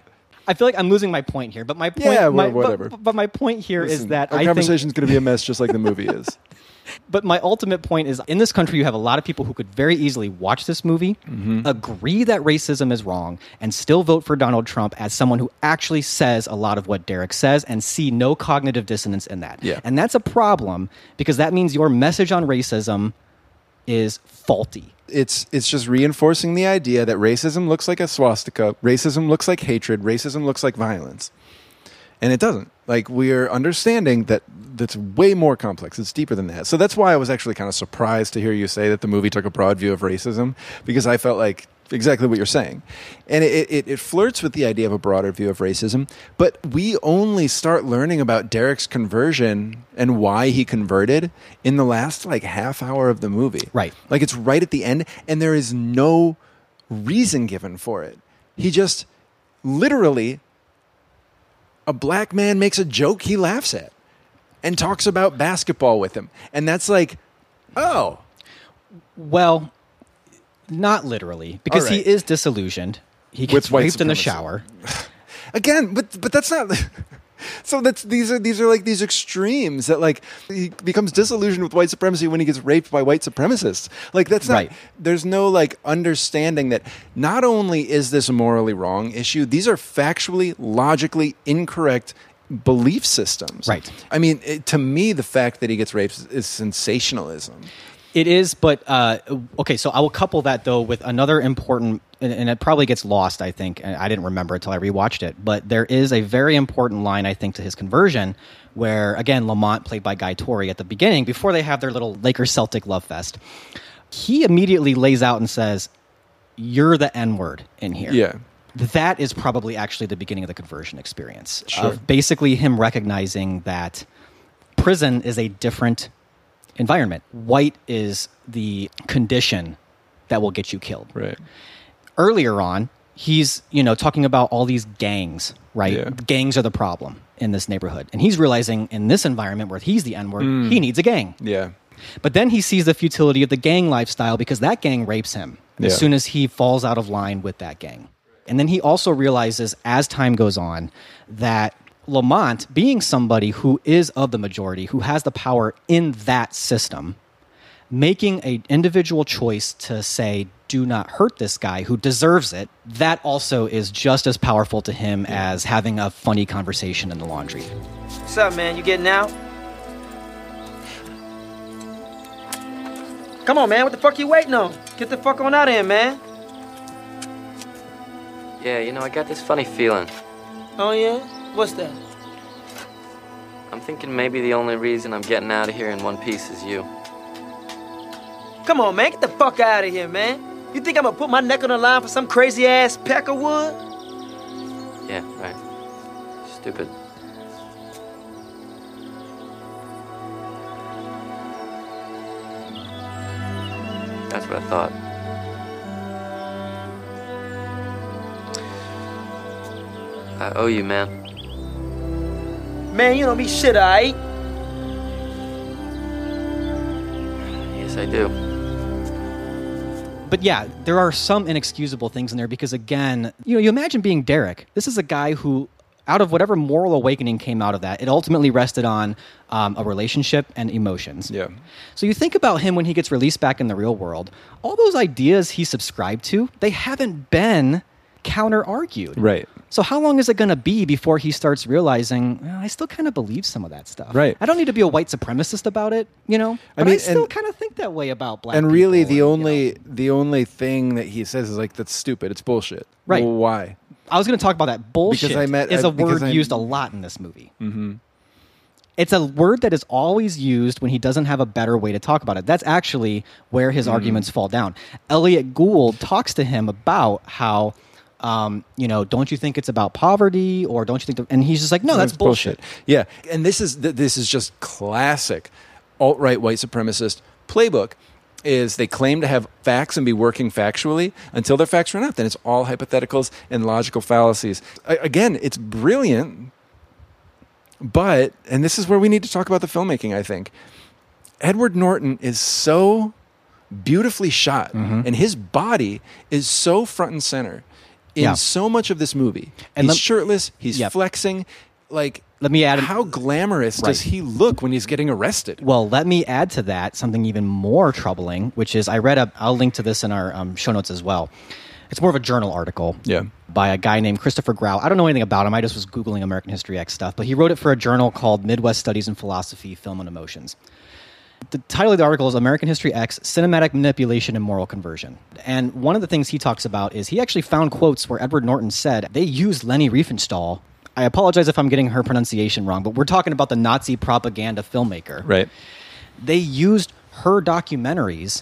I feel like I'm losing my point here, but my point,
Yeah,
my,
wha- whatever.
But, but my point here is
Listen,
that
our
I think
conversation's going to be a mess, just like the
[laughs]
movie is.
But my ultimate point is in this country, you have a lot of people who could very easily watch this movie,
Mm-hmm.
agree that racism is wrong, and still vote for Donald Trump as someone who actually says a lot of what Derek says and see no cognitive dissonance in that.
Yeah.
And that's a problem because that means your message on racism is faulty.
it's it's just reinforcing the idea that racism looks like a swastika, racism looks like hatred, racism looks like violence. And it doesn't. Like we're understanding that that's way more complex. It's deeper than that. So that's why I was actually kind of surprised to hear you say that the movie took a broad view of racism because I felt like exactly what you're saying. And it, it, it flirts with the idea of a broader view of racism, but we only start learning about Derek's conversion and why he converted in the last like half hour of the movie.
Right.
Like it's right at the end, and there is no reason given for it. He just literally, a black man makes a joke he laughs at and talks about basketball with him. And that's like, oh,
Well, not literally, because
right.
he is disillusioned. He gets
white
raped in the
supremacy.
shower.
again but but that's not [laughs] so that's these are these are like these extremes that like he becomes disillusioned with white supremacy when he gets raped by white supremacists like that's not
Right.
there's no like understanding that not only is this a morally wrong issue these are factually logically incorrect belief systems
Right.
i mean it, to me the fact that he gets raped is, is sensationalism
It is, but uh, okay. So I will couple that though with another important, and, and it probably gets lost. I think and I didn't remember until I rewatched it. But there is a very important line I think to his conversion, where again Lamont, played by Guy Tori, at the beginning before they have their little Lakers Celtic love fest, he immediately lays out and says, "You're the N word in here."
Yeah.
that is probably actually the beginning of the conversion experience. Of basically him recognizing that prison is a different environment. White is the condition that will get you killed.
right
Earlier on, he's, you know, talking about all these gangs, right?
Yeah.
Gangs are the problem in this neighborhood. And he's realizing in this environment where he's the N-word,
Mm.
he needs a gang.
yeah
But then he sees the futility of the gang lifestyle because that gang rapes him
Yeah.
as soon as he falls out of line with that gang. And then he also realizes as time goes on that Lamont, being somebody who is of the majority, who has the power in that system, making an individual choice to say, do not hurt this guy who deserves it, that also is just as powerful to him as having a funny conversation in the laundry.
What's up, man? You getting out? Come on, man. What the fuck you waiting on? Get the fuck on out of here, man.
Yeah, you know, I got this funny feeling.
Oh, yeah? What's that?
I'm thinking maybe the only reason I'm getting out of here in one piece is you.
Come on, man. Get the fuck out of here, man. You think I'm gonna put my neck on the line for some crazy ass peck of wood?
Yeah, right. Stupid. That's what I thought. I owe you, man.
Man, you don't be shit, aight?
Yes, I do.
But yeah, there are some inexcusable things in there because again, you know, you imagine being Derek. This is a guy who out of whatever moral awakening came out of that, it ultimately rested on um, a relationship and emotions. Yeah. So you think about him when he gets released back in the real world. All those ideas he subscribed to, they haven't been counter argued.
Right.
So how long is it going to be before he starts realizing "Well, I still kind of believe some of that stuff?
Right.
I don't need to be a white supremacist about it, you know.
I
But I,
mean,
still
and-
kind of think that way about black.
and really, the only the only thing that he says is like that's stupid. It's bullshit.
Right.
Well, why?
I was going to talk about that bullshit.
I met-
is
I-
a
because
word
I-
used a lot in this movie. Mm-hmm. It's a word that is always used when he doesn't have a better way to talk about it. That's actually where his
Mhm.
arguments fall down. Elliot Gould talks to him about how. Um, you know, don't you think it's about poverty, or don't you think? The, and he's just like, no, that's bullshit.
Yeah, and this is th- this is just classic alt right white supremacist playbook. Is they claim to have facts and be working factually until their facts run out. Then it's all hypotheticals and logical fallacies. A- again, it's brilliant, but and this is where we need to talk about the filmmaking. I think Edward Norton is so beautifully shot,
Mm-hmm.
and his body is so front and center in
Yeah.
so much of this movie. And he's
lem-
shirtless, he's
Yep.
flexing. Like,
let me add
how glamorous does he look when he's getting arrested?
Well, let me add to that something even more troubling, which is I read a. I'll link to this in our um, show notes as well. It's more of a journal article.
Yeah.
By a guy named Christopher Grau. I don't know anything about him. I just was Googling American History X stuff, but he wrote it for a journal called Midwest Studies in Philosophy, Film, and Emotions. The title of the article is American History X Cinematic Manipulation and Moral Conversion. And one of the things he talks about is he actually found quotes where Edward Norton said they used Leni Riefenstahl. I apologize if I'm getting her pronunciation wrong, but we're talking about the Nazi propaganda filmmaker
Right.
they used her documentaries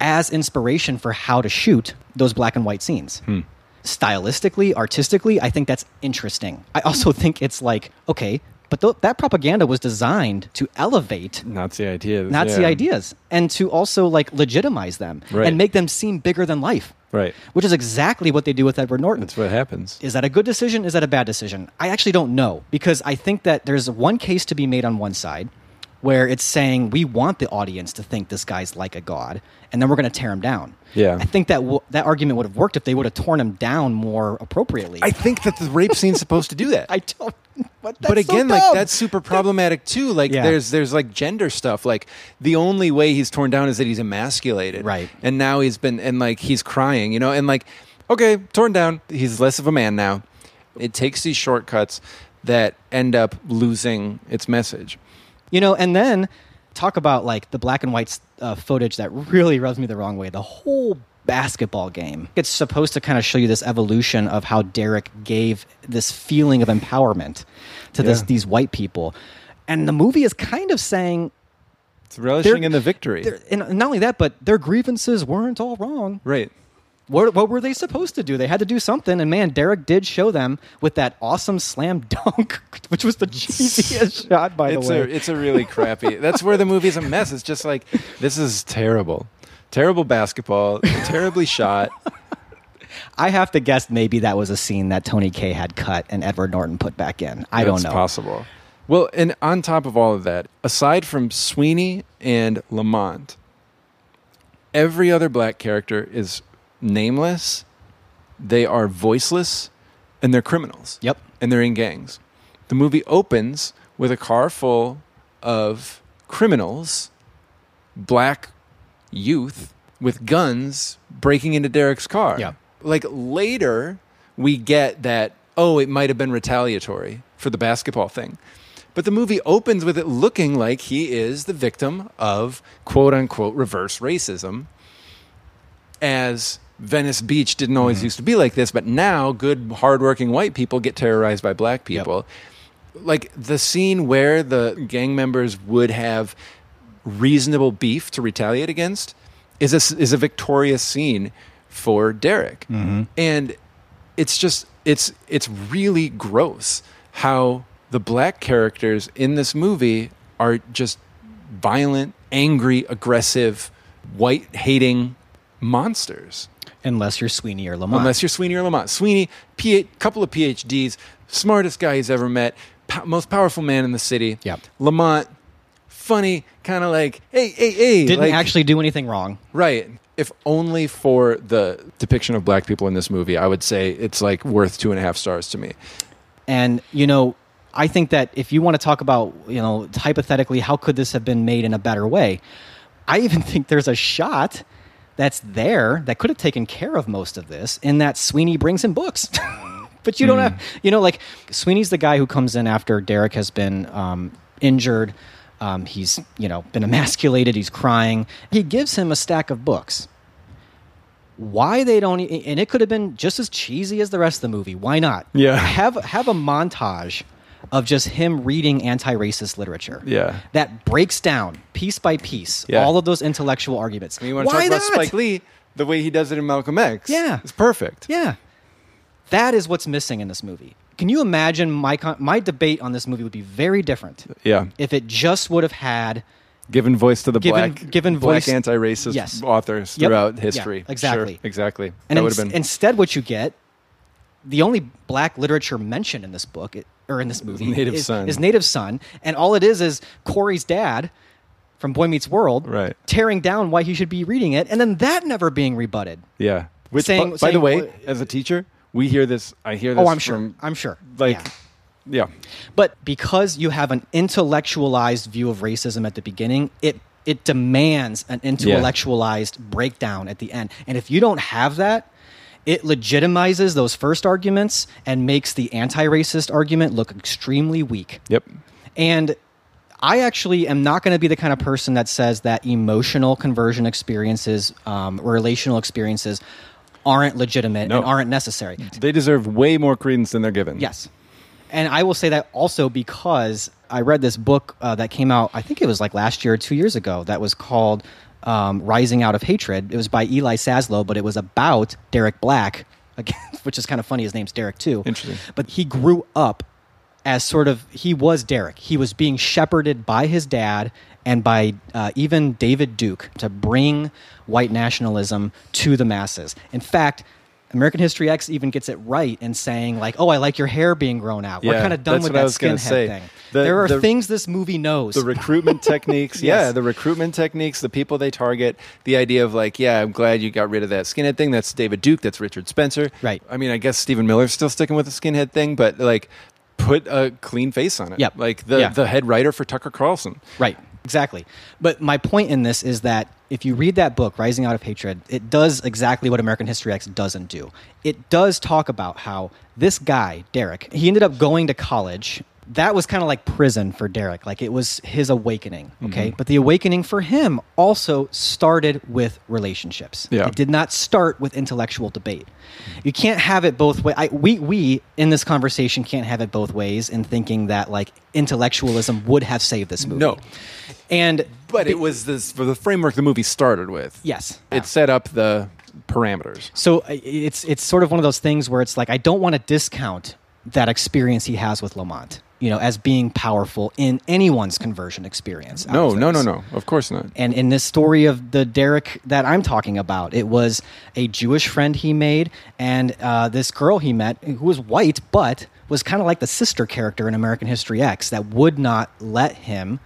as inspiration for how to shoot those black and white scenes.
Hmm.
Stylistically, artistically, I think that's interesting. I also [laughs] think it's like, okay, but th- that propaganda was designed to elevate
Nazi ideas.
Nazi
yeah.
ideas and to also like legitimize them
Right.
and make them seem bigger than life.
Right.
Which is exactly what they do with Edward Norton. That's
what happens.
Is that a good decision? Is that a bad decision? I actually don't know because I think that there's one case to be made on one side where it's saying we want the audience to think this guy's like a god and then we're going to tear him down.
Yeah.
I think that w- that argument would have worked if they would have torn him down more appropriately.
I think that the rape scene's supposed to do that.
[laughs] I don't. But,
but
that's so
again, like
dumb.
that's super problematic too. Like
Yeah.
there's there's like gender stuff. Like the only way he's torn down is that he's emasculated. Right. And now he's been and like he's crying, you know, and like, okay, torn down. He's less of a man now. It takes these shortcuts that end up losing its message.
You know, and then talk about like the black and white uh, footage that really rubs me the wrong way. The whole basketball game. It's supposed to kind of show you this evolution of how Derek gave this feeling of empowerment to this
Yeah.
these white people. And the movie is kind of saying
It's relishing
They're-
in the victory.
they're- and not only that, but their grievances weren't all wrong.
Right.
What, what were they supposed to do? They had to do something, and man, Derek did show them with that awesome slam dunk, [laughs] which was the cheesiest shot by
it's
the way.
a it's a really crappy. That's where the movie's a mess. It's just like this is terrible, terrible basketball, terribly shot.
I have to guess maybe that was a scene that Tony K had cut and Edward Norton put back in. [laughs] I don't
That's
know.
possible. Well, and on top of all of that, aside from Sweeney and Lamont, every other black character is nameless. They are voiceless, and they're criminals.
Yep.
And they're in gangs. The movie opens with a car full of criminals, black youth with guns breaking into Derek's car. Yeah. Like later, we get that, oh, it might have been retaliatory for the basketball thing. But the movie opens with it looking like he is the victim of quote unquote reverse racism, as Venice Beach didn't always used to be like this, but now good, hardworking white people get terrorized by black people. Like the scene where the gang members would have reasonable beef to retaliate against is a, is a victorious scene for Derek. And it's just it's it's really gross how the black characters in this movie are just violent, angry, aggressive, white hating monsters.
Unless you're Sweeney or Lamont.
Unless you're Sweeney or Lamont. Sweeney, P- couple of PhDs, smartest guy he's ever met, po- most powerful man in the city.
Yep.
Lamont, funny, kind of like, hey, hey, hey.
Didn't
like-
actually do anything wrong.
Right. If only for the depiction of black people in this movie, I would say it's like worth two and a half stars to me.
And you know, I think that if you want to talk about, you know, hypothetically, how could this have been made in a better way? I even [laughs] think there's a shot that's there that could have taken care of most of this in that Sweeney brings in books. [laughs] but you don't have, you know, like Sweeney's the guy who comes in after Derek has been um, injured. Um, he's, you know, been emasculated. He's crying. He gives him a stack of books why they don't e, and it could have been just as cheesy as the rest of the movie why not
Yeah.
have have a montage of just him reading anti-racist literature
Yeah.
that breaks down piece by piece
Yeah.
all of those intellectual arguments
You want to talk
why
about
not
Spike Lee, the way he does it in Malcolm X.
Yeah.
It's perfect.
yeah that is what's missing in this movie can you imagine my con- my debate on this movie would be very different
Yeah.
if it just would have had
Given voice to the
Given-
black,
given
black
voice-
anti-racist
Yes.
authors
Yep.
throughout
Yeah,
history.
exactly.
Sure, exactly.
And
that would
ins-
have been
instead, what you get, the only black literature mentioned in this book it- or in this movie,
Native
is,
Son.
is Native Son, and all it is is Corey's dad from Boy Meets World
Right.
tearing down why he should be reading it, and then that never being rebutted.
yeah. Which,
saying-
by, by the
saying
way,
what-
as a teacher, we hear this. I hear this.
Oh, I'm sure.
from,
I'm sure.
Like,
Yeah.
yeah.
But because you have an intellectualized view of racism at the beginning, it it demands an intellectualized breakdown at the end. And if you don't have that, it legitimizes those first arguments and makes the anti-racist argument look extremely weak.
Yep.
And I actually am not going to be the kind of person that says that emotional conversion experiences, um, relational experiences, aren't legitimate
No.
and aren't necessary.
They deserve way more credence than they're given.
Yes. And I will say that also because I read this book uh, that came out, I think it was like last year or two years ago, that was called um, Rising Out of Hatred. It was by Eli Saslow, but it was about Derek Black, [laughs] again, which is kind of funny. His name's Derek, too.
Interesting.
But he grew up as sort of, he was Derek. He was being shepherded by his dad and by uh, even David Duke to bring white nationalism to the masses. In fact, American History X even gets it right in saying like, "Oh, I like your hair being grown out." We're
Yeah,
kind of done
that's
with
what I
that
was gonna
skinhead
say.
thing.
The-
there are
the-
things this movie knows. [laughs]
the recruitment techniques
Yes.
yeah the recruitment techniques the people they target the idea of like yeah i'm glad you got rid of that skinhead thing that's david duke that's richard spencer
Right.
i mean i guess stephen miller's still sticking with the skinhead thing but like put a clean face on it
Yep.
like the,
Yeah.
the head writer for tucker carlson
Right. Exactly. But my point in this is that if you read that book, Rising Out of Hatred, it does exactly what American History X doesn't do. It does talk about how this guy, Derek, he ended up going to college. That was kind of like prison for Derek. Like it was his awakening. Okay. But the awakening for him also started with relationships.
Yeah.
It did not start with intellectual debate. You can't have it both ways. We, we, in this conversation, can't have it both ways in thinking that like intellectualism would have saved this movie.
No.
And
but it was this for the framework the movie started with
yes.
it set up the parameters
So uh, it's it's sort of one of those things where it's like I don't want to discount that experience he has with Lamont, you know, as being powerful in anyone's conversion experience. out
no
of
no no
this.
no of course not
And in this story of the Derek that I'm talking about, it was a Jewish friend he made and uh, this girl he met who was white, but was kind of like the sister character in American History X that would not let him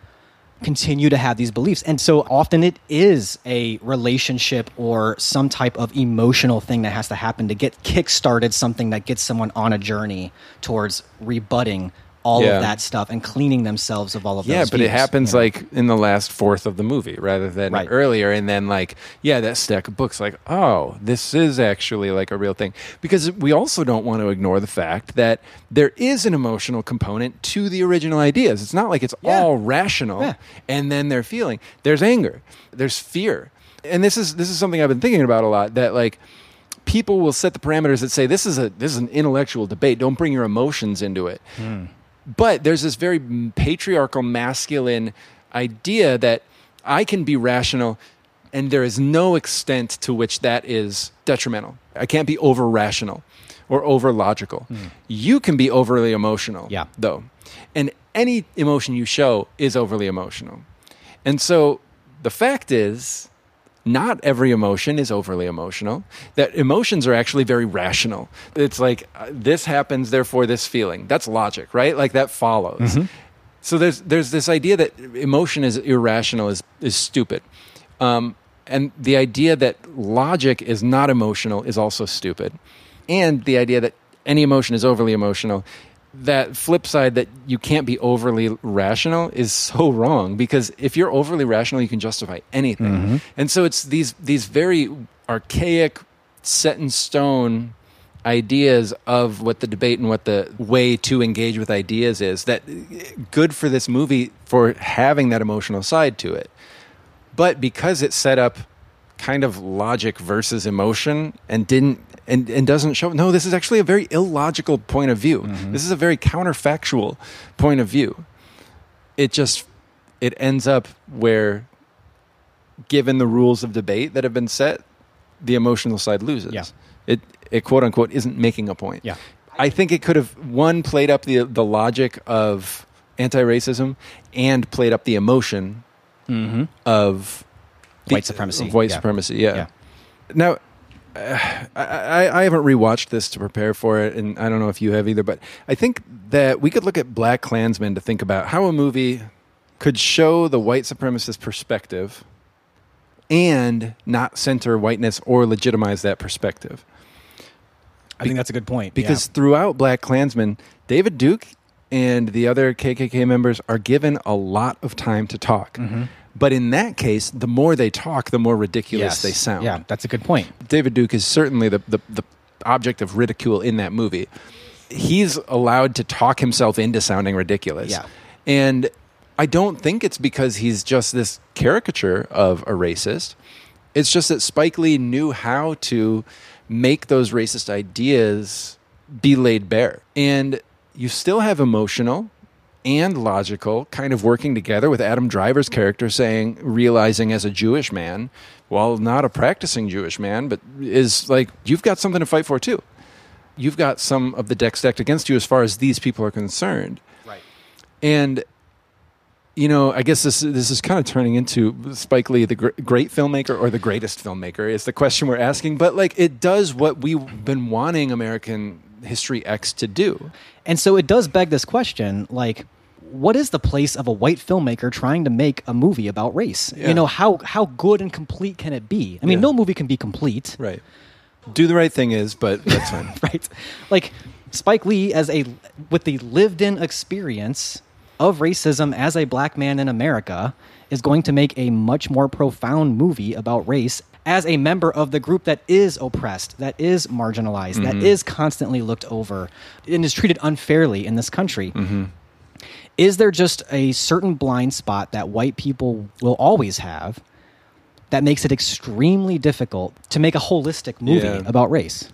continue to have these beliefs. And so often it is a relationship or some type of emotional thing that has to happen to get kickstarted something that gets someone on a journey towards rebutting all
Yeah.
of that stuff and cleaning themselves of all of
Yeah,
those
but it
views,
happens
you know?
like in the last fourth of the movie rather than
Right.
earlier. And then like, yeah, that stack of books, like, oh, this is actually like a real thing. Because we also don't want to ignore the fact that there is an emotional component to the original ideas. It's not like it's
Yeah.
all rational
Yeah.
and then they're feeling. There's anger, there's fear. And this is this is something I've been thinking about a lot that like people will set the parameters that say this is a this is an intellectual debate. Don't bring your emotions into it but there's this very patriarchal masculine idea that i can be rational and there is no extent to which that is detrimental i can't be over rational or over logical you can be overly emotional
Yeah.
though and any emotion you show is overly emotional and so the fact is not every emotion is overly emotional, that emotions are actually very rational. It's like uh, this happens, therefore this feeling. That's logic, right? Like that follows.
Mhm.
So there's there's this idea that emotion is irrational is is stupid, um, and the idea that logic is not emotional is also stupid, and the idea that any emotion is overly emotional. That flip side that you can't be overly rational is [laughs] so wrong because if you're overly rational, you can justify anything,
Mhm.
and so it's these these very archaic, set in stone ideas of what the debate and what the way to engage with ideas is that eh, good for this movie for having that emotional side to it but because it set up kind of logic versus emotion and didn't and, and doesn't show no this is actually a very illogical point of view this is a very counterfactual point of view it just it ends up where given the rules of debate that have been set the emotional side loses
Yeah.
it it quote unquote isn't making a point
Yeah.
i think it could have one played up the the logic of anti-racism and played up the emotion
Mm-hmm.
of
White supremacy.
of white
Yeah.
supremacy. Yeah. Now, uh, I, I I haven't rewatched this to prepare for it, and I don't know if you have either. But I think that we could look at Black Klansmen to think about how a movie could show the white supremacist perspective and not center whiteness or legitimize that perspective.
I think that's a good point.
Because throughout Black Klansmen, David Duke and the other KKK members are given a lot of time to talk.
Mm-hmm.
But in that case, the more they talk, the more ridiculous
Yes.
they sound.
Yeah, that's a good point.
David Duke is certainly the, the, the object of ridicule in that movie. He's allowed to talk himself into sounding ridiculous.
Yeah.
And I don't think it's because he's just this caricature of a racist. It's just that Spike Lee knew how to make those racist ideas be laid bare. And you still have emotional and logical kind of working together with Adam Driver's character saying, realizing as a Jewish man, while not a practicing Jewish man, but is like, you've got something to fight for too. You've got some of the deck stacked against you as far as these people are concerned.
Right.
And you know, I guess this this is kind of turning into Spike Lee, the gr- great filmmaker or the greatest filmmaker, is the question we're asking. But like, it does what we've been wanting American history X to do.
And so it does beg this question like, what is the place of a white filmmaker trying to make a movie about race?
Yeah.
You know, how, how good and complete can it be? I mean,
Yeah.
no movie can be complete.
Right. Do the right thing is, but that's fine.
[laughs] right. Like, Spike Lee, as a, with the lived in experience of racism as a black man in America, is going to make a much more profound movie about race as a member of the group that is oppressed, that is marginalized, that
Mhm.
is constantly looked over, and is treated unfairly in this country. Is there just a certain blind spot that white people will always have that makes it extremely difficult to make a holistic movie
Yeah.
about race?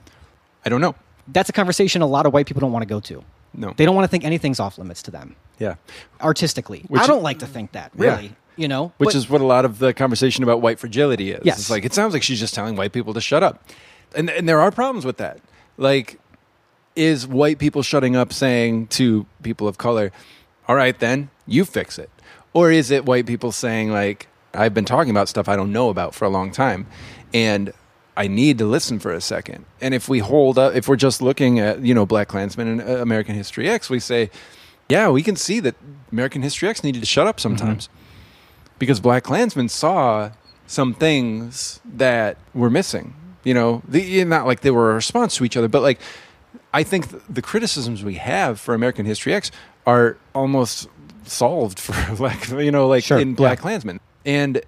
I don't know.
That's a conversation a lot of white people don't want to go to.
No.
They don't want to think anything's off limits to them
Yeah.
artistically.
Which-
I don't like to think that, really.
Yeah.
You know?
Which
But-
is what a lot of the conversation about white fragility is.
Yes.
It's like it sounds like she's just telling white people to shut up. And and there are problems with that. Like is white people shutting up saying to people of color, "All right then, you fix it." Or is it white people saying like, "I've been talking about stuff I don't know about for a long time and I need to listen for a second. And if we hold up, if we're just looking at, you know, Black Klansmen and uh, American History X, we say, yeah, we can see that American History X needed to shut up sometimes because Black Klansmen saw some things that were missing. You know, the, not like they were a response to each other, but like I think th- the criticisms we have for American History X are almost solved for [laughs] lack of, you know, like
Sure,
in Black
yeah.
Klansmen. And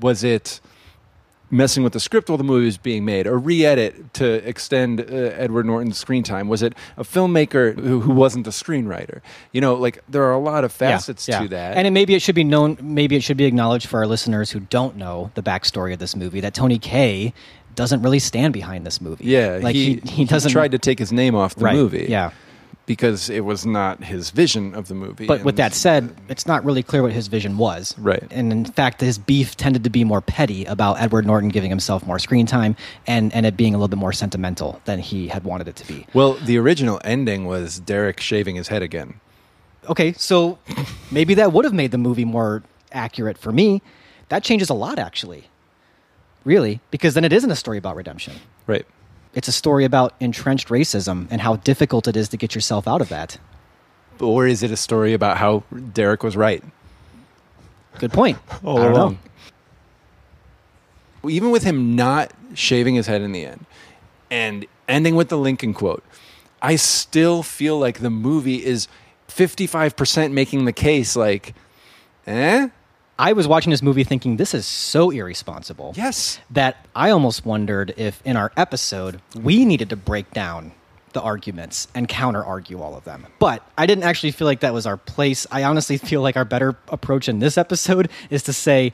was it messing with the script while the movie was being made, a re-edit to extend uh, Edward Norton's screen time? Was it a filmmaker who, who wasn't the screenwriter? You know, like there are a lot of facets
Yeah, yeah.
to that.
And it, maybe it should be known, maybe it should be acknowledged for our listeners who don't know the backstory of this movie that Tony Kaye doesn't really stand behind this movie.
Yeah,
Like he, he, doesn't.
tried to take his name off the
Right,
movie.
yeah.
because it was not his vision of the movie.
But with
and-
that said, it's not really clear what his vision was.
Right.
And in fact, his beef tended to be more petty about Edward Norton giving himself more screen time and, and it being a little bit more sentimental than he had wanted it to be.
well, the original ending was Derek shaving his head again.
Okay, so maybe that would have made the movie more accurate for me. That changes a lot, actually. really, because then it isn't a story about redemption.
Right.
It's a story about entrenched racism and how difficult it is to get yourself out of that.
Or is it a story about how Derek was right?
Good point.
[laughs] All
I don't
along. Even with him not shaving his head in the end and ending with the Lincoln quote, I still feel like the movie is 55% making the case like, eh?
I was watching this movie thinking this is so irresponsible.
Yes.
That I almost wondered if in our episode we needed to break down the arguments and counter argue all of them. But I didn't actually feel like that was our place. I honestly [laughs] feel like our better approach in this episode [laughs] is to say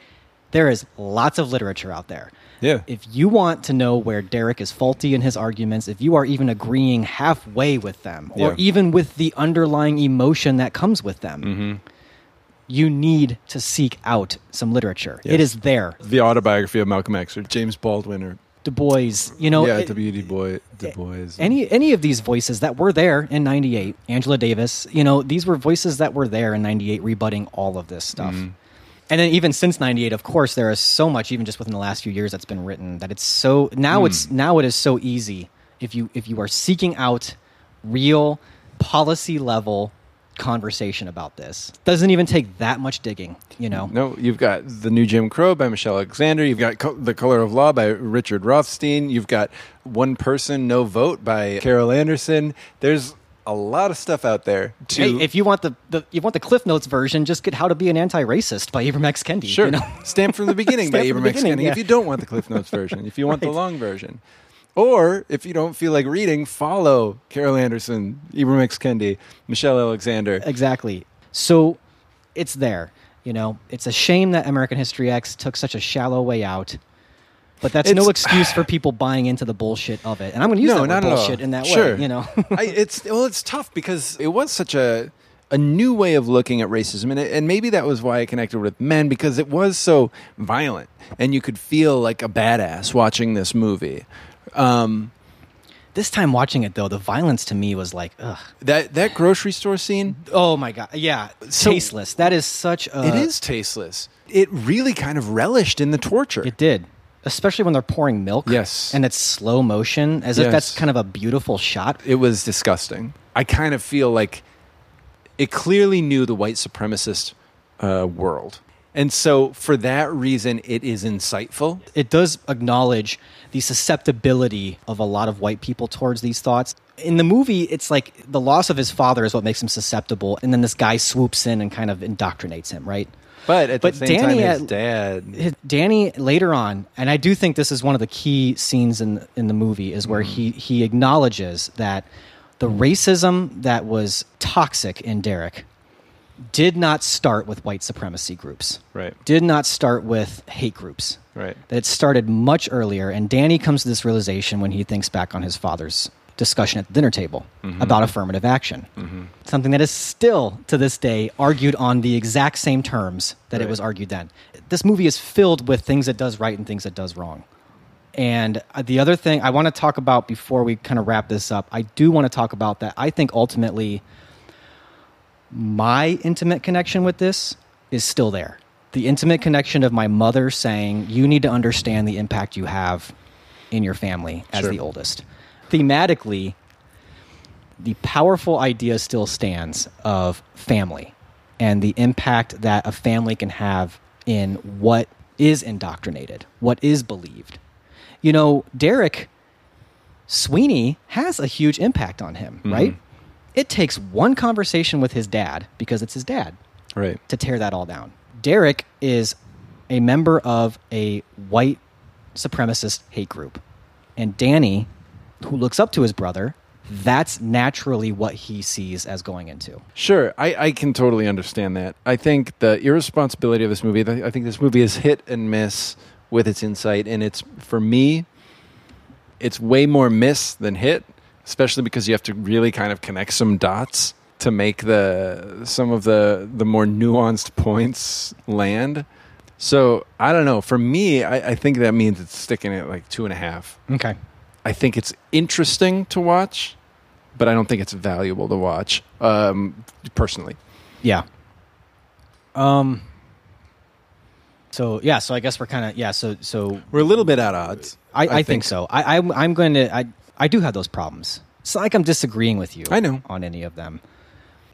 there is lots of literature out there.
Yeah.
If you want to know where Derek is faulty in his arguments, if you are even agreeing halfway with them or
Yeah.
even with the underlying emotion that comes with them,
Mm-hmm.
you need to seek out some literature. It
Yes.
is there.
The autobiography of Malcolm X or James Baldwin or,
Du Bois, you know,
yeah,
Oh, it-
W. Du Bois. Du Bois.
any any of these voices that were there in 98 angela davis you know these were voices that were there in 98 rebutting all of this stuff
Mm-hmm.
and then even since 98 of course there is so much even just within the last few years that's been written that it's so now
Mm.
it's now it is so easy if you if you are seeking out real policy level conversation about this doesn't even take that much digging you know
No, you've got The New Jim Crow by Michelle Alexander. You've got Co- The Color of Law by Richard Rothstein. You've got One Person, No Vote by Carol Anderson. There's a lot of stuff out there. To,
Hey, if you want the, the you want the Cliff Notes version, just get How to Be an Anti-Racist by Ibram X. Kendi.
sure.
you know?
[laughs] Stamp from
[laughs]
the Beginning by
Stamp from
Ibram
the
X.
Beginning,
Kendi.
yeah.
If you don't want the
[laughs]
Cliff Notes version, if you want the
Right.
long version. Or if you don't feel like reading, follow Carol Anderson, Ibram X. Kendi, Michelle Alexander.
Exactly. So it's there. You know, it's a shame that American History X took such a shallow way out. But that's no
It's-
excuse for people buying into the bullshit of it. And I'm going to use
No,
that word
not at all.
bullshit in that
Sure.
way. You know,
[laughs]
[laughs]
I, it's well, it's tough because it was such a a new way of looking at racism, and it, and maybe that was why I connected with men because it was so violent, and you could feel like a badass watching this movie. Um,
this time watching it though, the violence to me was like, ugh.
That that grocery store scene.
Oh my god, yeah,
So-
tasteless. That is such a.
it is tasteless. It really kind of relished in the torture.
It did. Especially when they're pouring milk. Yes. And it's slow motion, as if
Yes.
that's kind of a beautiful shot.
It was disgusting. I kind of feel like it clearly knew the white supremacist uh, world. And so, for that reason, it is insightful.
It does acknowledge the susceptibility of a lot of white people towards these thoughts. In the movie, it's like the loss of his father is what makes him susceptible, and then this guy swoops in and kind of indoctrinates him, right?
But at
But
the same
Danny
time, his
at-
dad.
His- Danny later on, and I do think this is one of the key scenes in in the movie is where he he acknowledges that the racism that was toxic in Derek did not start with white supremacy groups.
Right.
Did not start with hate groups.
Right.
That it started much earlier and Danny comes to this realization when he thinks back on his father's discussion at the dinner table
Mhm.
about affirmative action.
Mm-hmm.
Something that is still to this day argued on the exact same terms that it
Right.
was argued then. This movie is filled with things it does right and things it does wrong. And uh, the other thing I want to talk about before we kind of wrap this up, I do want to talk about that. I think ultimately my intimate connection with this is still there. The intimate connection of my mother saying, You need to understand the impact you have in your family as
Sure.
the oldest. Thematically, the powerful idea still stands of family and the impact that a family can have in what is indoctrinated, what is believed. You know, Derek Sweeney has a huge impact on him, right? It takes one conversation with his dad because it's his dad
Right.
to tear that all down. Derek is a member of a white supremacist hate group. And Danny, who looks up to his brother, that's naturally what he sees as going into.
Sure, I, I can totally understand that. I think the irresponsibility of this movie, I I think this movie is hit and miss with its insight. And it's, for me, it's way more miss than hit, especially because you have to really kind of connect some dots to make the some of the the more nuanced points land. So I don't know. For me, I, I think that means it's sticking at like two and a half.
Okay.
I think it's interesting to watch, but I don't think it's valuable to watch um, personally.
Yeah. Um So yeah, so I guess we're kind of yeah. So so
we're a little bit at odds.
I, I, think, so. I I'm, I'm going to I I do have those problems. It's not like I'm disagreeing with you. I know on any of them.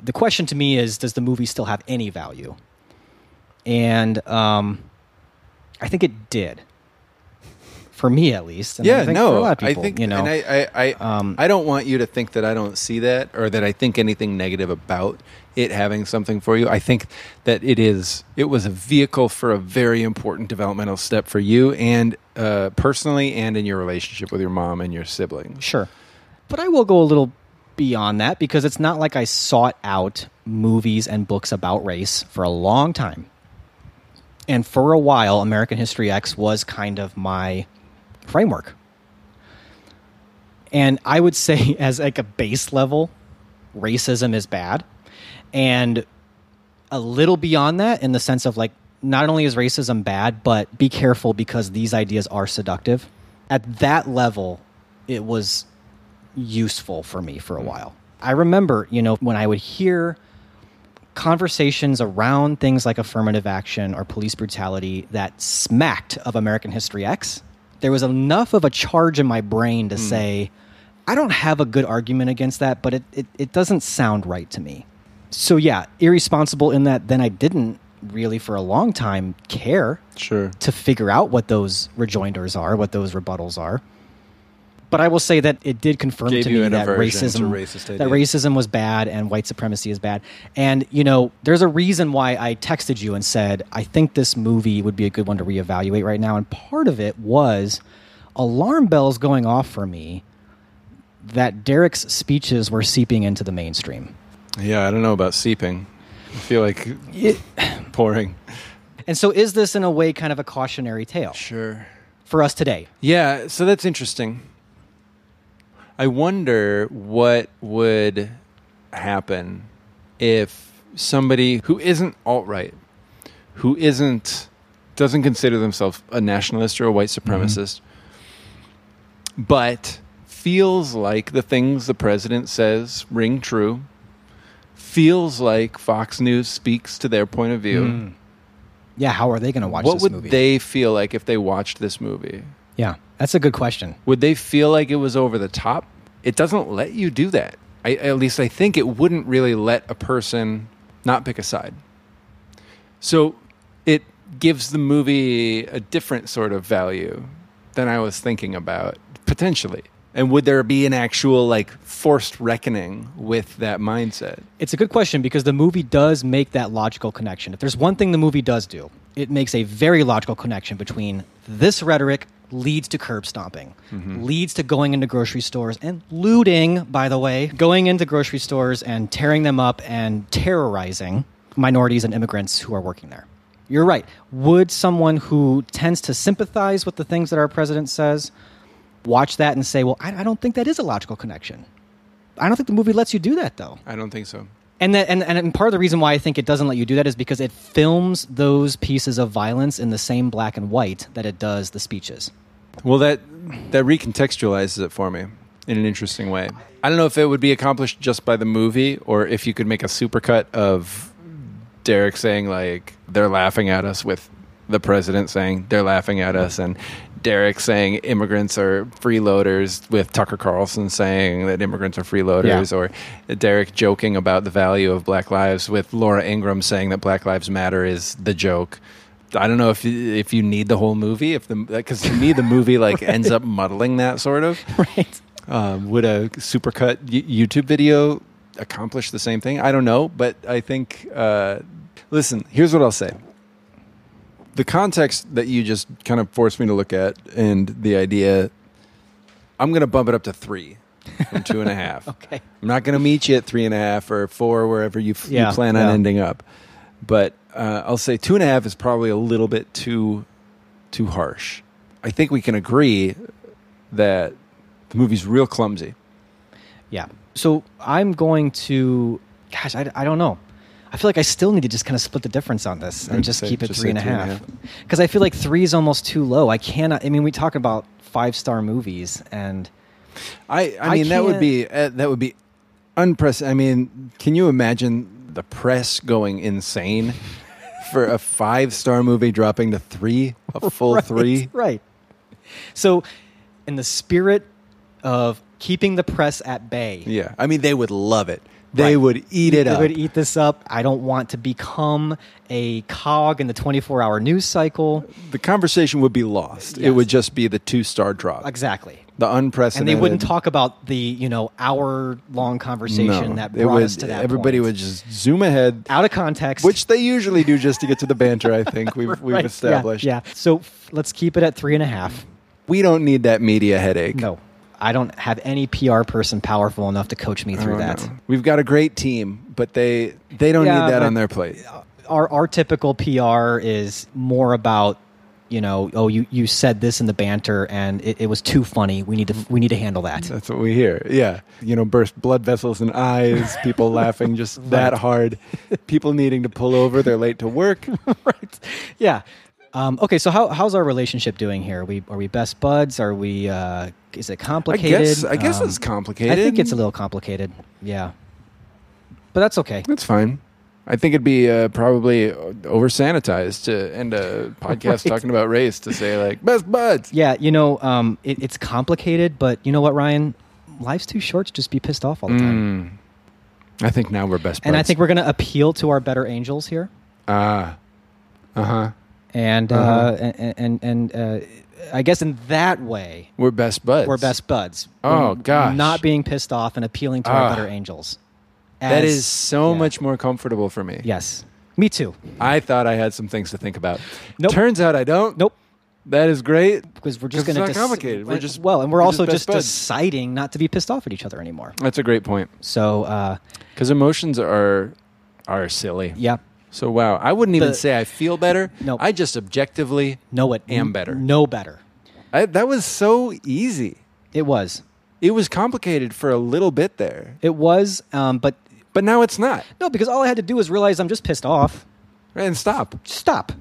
The question to me is, does the movie still have any value? And um, I think it did. For me, at least. And I
yeah,
think
no.
For a lot of people,
I think,
you know.
and I, I, I, I don't want you to think that I don't see that or that I think anything negative about it having something for you. I think that it is, it was a vehicle for a very important developmental step for you and uh, personally and in your relationship with your mom and your siblings.
Sure. But I will go a little beyond that because it's not like I sought out movies and books about race for a long time. And for a while, American History X was kind of my framework. And I would say, [laughs] as like a base level, racism is bad. And a little beyond that, in the sense of like, not only is racism bad, but be careful because these ideas are seductive. At that level, it was useful for me for a while. I remember, you know, when I would hear conversations around things like affirmative action or police brutality that smacked of American History X, there was enough of a charge in my brain to say, I don't have a good argument against that, but it, it, it doesn't sound right to me. So, yeah, irresponsible in that then I didn't really for a long time care
sure
to figure out what those rejoinders are, what those rebuttals are. But I will say that it did confirm
Gave
to
you
me
an
that
aversion to
racism,
racist
that
ideas.
racism was bad and white supremacy is bad. And you know, there's a reason why I texted you and said I think this movie would be a good one to reevaluate right now. And part of it was alarm bells going off for me that Derek's speeches were seeping into the mainstream.
Yeah, I don't know about seeping. I feel like pouring.
And so, is this in a way kind of a cautionary tale?
Sure.
For us today,
Yeah, so that's interesting. I wonder what would happen if somebody who isn't alt right, who isn't doesn't consider themselves a nationalist or a white
Mm-hmm.
supremacist, but feels like the things the president says ring true, feels like Fox News speaks to their point of view.
Mm. yeah, how are they going to watch
What
this
would
movie?
they feel like if they watched this movie?
yeah, that's a good question.
Would they feel like it was over the top? It doesn't let you do that. I, at least I think it wouldn't really let a person not pick a side. So it gives the movie a different sort of value than I was thinking about, potentially. And would there be an actual, like, forced reckoning with that mindset?
It's a good question because the movie does make that logical connection. If there's one thing the movie does do, it makes a very logical connection between this rhetoric leads to curb stomping, leads to going into grocery stores and looting, by the way, going into grocery stores and tearing them up and terrorizing minorities and immigrants who are working there. You're right. Would someone who tends to sympathize with the things that our president says watch that and say, well, I, I don't think that is a logical connection? I don't think the movie lets you do that, though.
I don't think so.
And that, and and part of the reason why I think it doesn't let you do that is because it films those pieces of violence in the same black and white that it does the speeches.
Well, that that recontextualizes it for me in an interesting way. I don't know if it would be accomplished just by the movie, or if you could make a supercut of Derek saying like they're laughing at us with the president saying they're laughing at us, and Derek saying immigrants are freeloaders with Tucker Carlson saying that immigrants are freeloaders, or Derek joking about the value of Black Lives with Laura Ingram saying that Black Lives Matter is the joke. I don't know if you, if you need the whole movie, if the because to me the movie like
Right.
ends up muddling that sort of.
Right.
Um, would a supercut y- YouTube video accomplish the same thing? I don't know, but I think. Uh, listen, here's what I'll say. The context that you just kind of forced me to look at, and the idea, I'm going to bump it up to three from two and a half.
okay.
I'm not going to meet you at three and a half or four, wherever you, f-
Yeah,
you plan
yeah.
on ending up. But uh, I'll say two and a half is probably a little bit too too harsh. I think we can agree that the movie's real clumsy.
Yeah. So I'm going to, gosh, I, I don't know. I feel like I still need to just kind of split the difference on this and
I'd
just
say-
keep it
Mm, just
three
say
and a
two and a
half. Because I feel like three is almost too low. I cannot, I mean, we talk about five star movies
[laughs]
and.
I, I
I
mean, that would
can't-
be uh, that would be unprecedented. I mean, can you imagine the press going insane
[laughs]
for a five star movie dropping to three, a full
Right,
three.
[laughs] Right. So, in the spirit of keeping the press at bay,
Yeah. I mean, they would love it.
Right.
They would eat it
they
up.
would eat this up. I don't want to become a cog in the 24 hour news cycle.
the conversation would be lost. It
Yes.
would just be the two star drop.
Exactly.
The
and
unprecedented.
they wouldn't talk about the you know hour long conversation
No,
that
it
brought
would-
us to that.
Everybody
point.
would just zoom ahead
out of context, [laughs]
which they usually do just to get to the banter. I think we've we've
Right, yeah,
established.
Yeah, So f- let's keep it at three and a half.
We don't need that media headache.
No, I don't have any PR person powerful enough to coach me through
Oh,
that.
no. We've got a great team, but they they don't
Yeah,
need that
but-
on their plate.
Our our typical PR is more about you know oh you you said this in the banter and it, it was too funny. We need to we need to handle that.
That's what we hear. Yeah. You know, burst blood vessels and eyes,
[laughs]
people laughing just that hard, people needing to pull over, they're late to
[laughs]
work.
Yeah. Um, okay, so how, how's our relationship doing here? Are we are we best buds? Are we? Uh, is it complicated? Um,
I guess it's
I think it's
complicated.
a little complicated. Yeah, but that's okay.
That's fine. I think it'd be uh, probably over sanitized to end a
[laughs]
podcast
Right.
talking about race to say, like, best buds.
Yeah, you know, um, it, it's complicated, but you know what, Ryan? Life's too short to just be pissed off all the time.
Mm, I think now we're best buds.
and I think we're going to appeal to our better angels here,
Ah. Uh huh.
and uh
Uh-huh.
and and, and uh, I guess in that way
We're best buds.
we're best buds.
Oh,
We're
gosh.
not being pissed off and appealing to our
Ah.
better angels.
that
As-
is so much more comfortable for me.
Yes. Me too.
I thought I had some things to think about.
Nope.
Turns out I don't.
Nope.
That is great.
because we're just
It's
going to
not complicated. We're just
well, and we're,
we're
also
just
just,
best buds.
deciding not to be pissed off at each other anymore.
That's a great point.
So, uh,
Because emotions are are silly.
yeah,
So wow, I wouldn't even
The-
say I feel better.
Nope.
I just objectively
know it
am better.
know better.
I, that was so easy.
It was,
It was complicated for a little bit there,
it was, um, but
but now it's not.
no, because all I had to do was realize I'm just pissed off.
And stop.
Stop.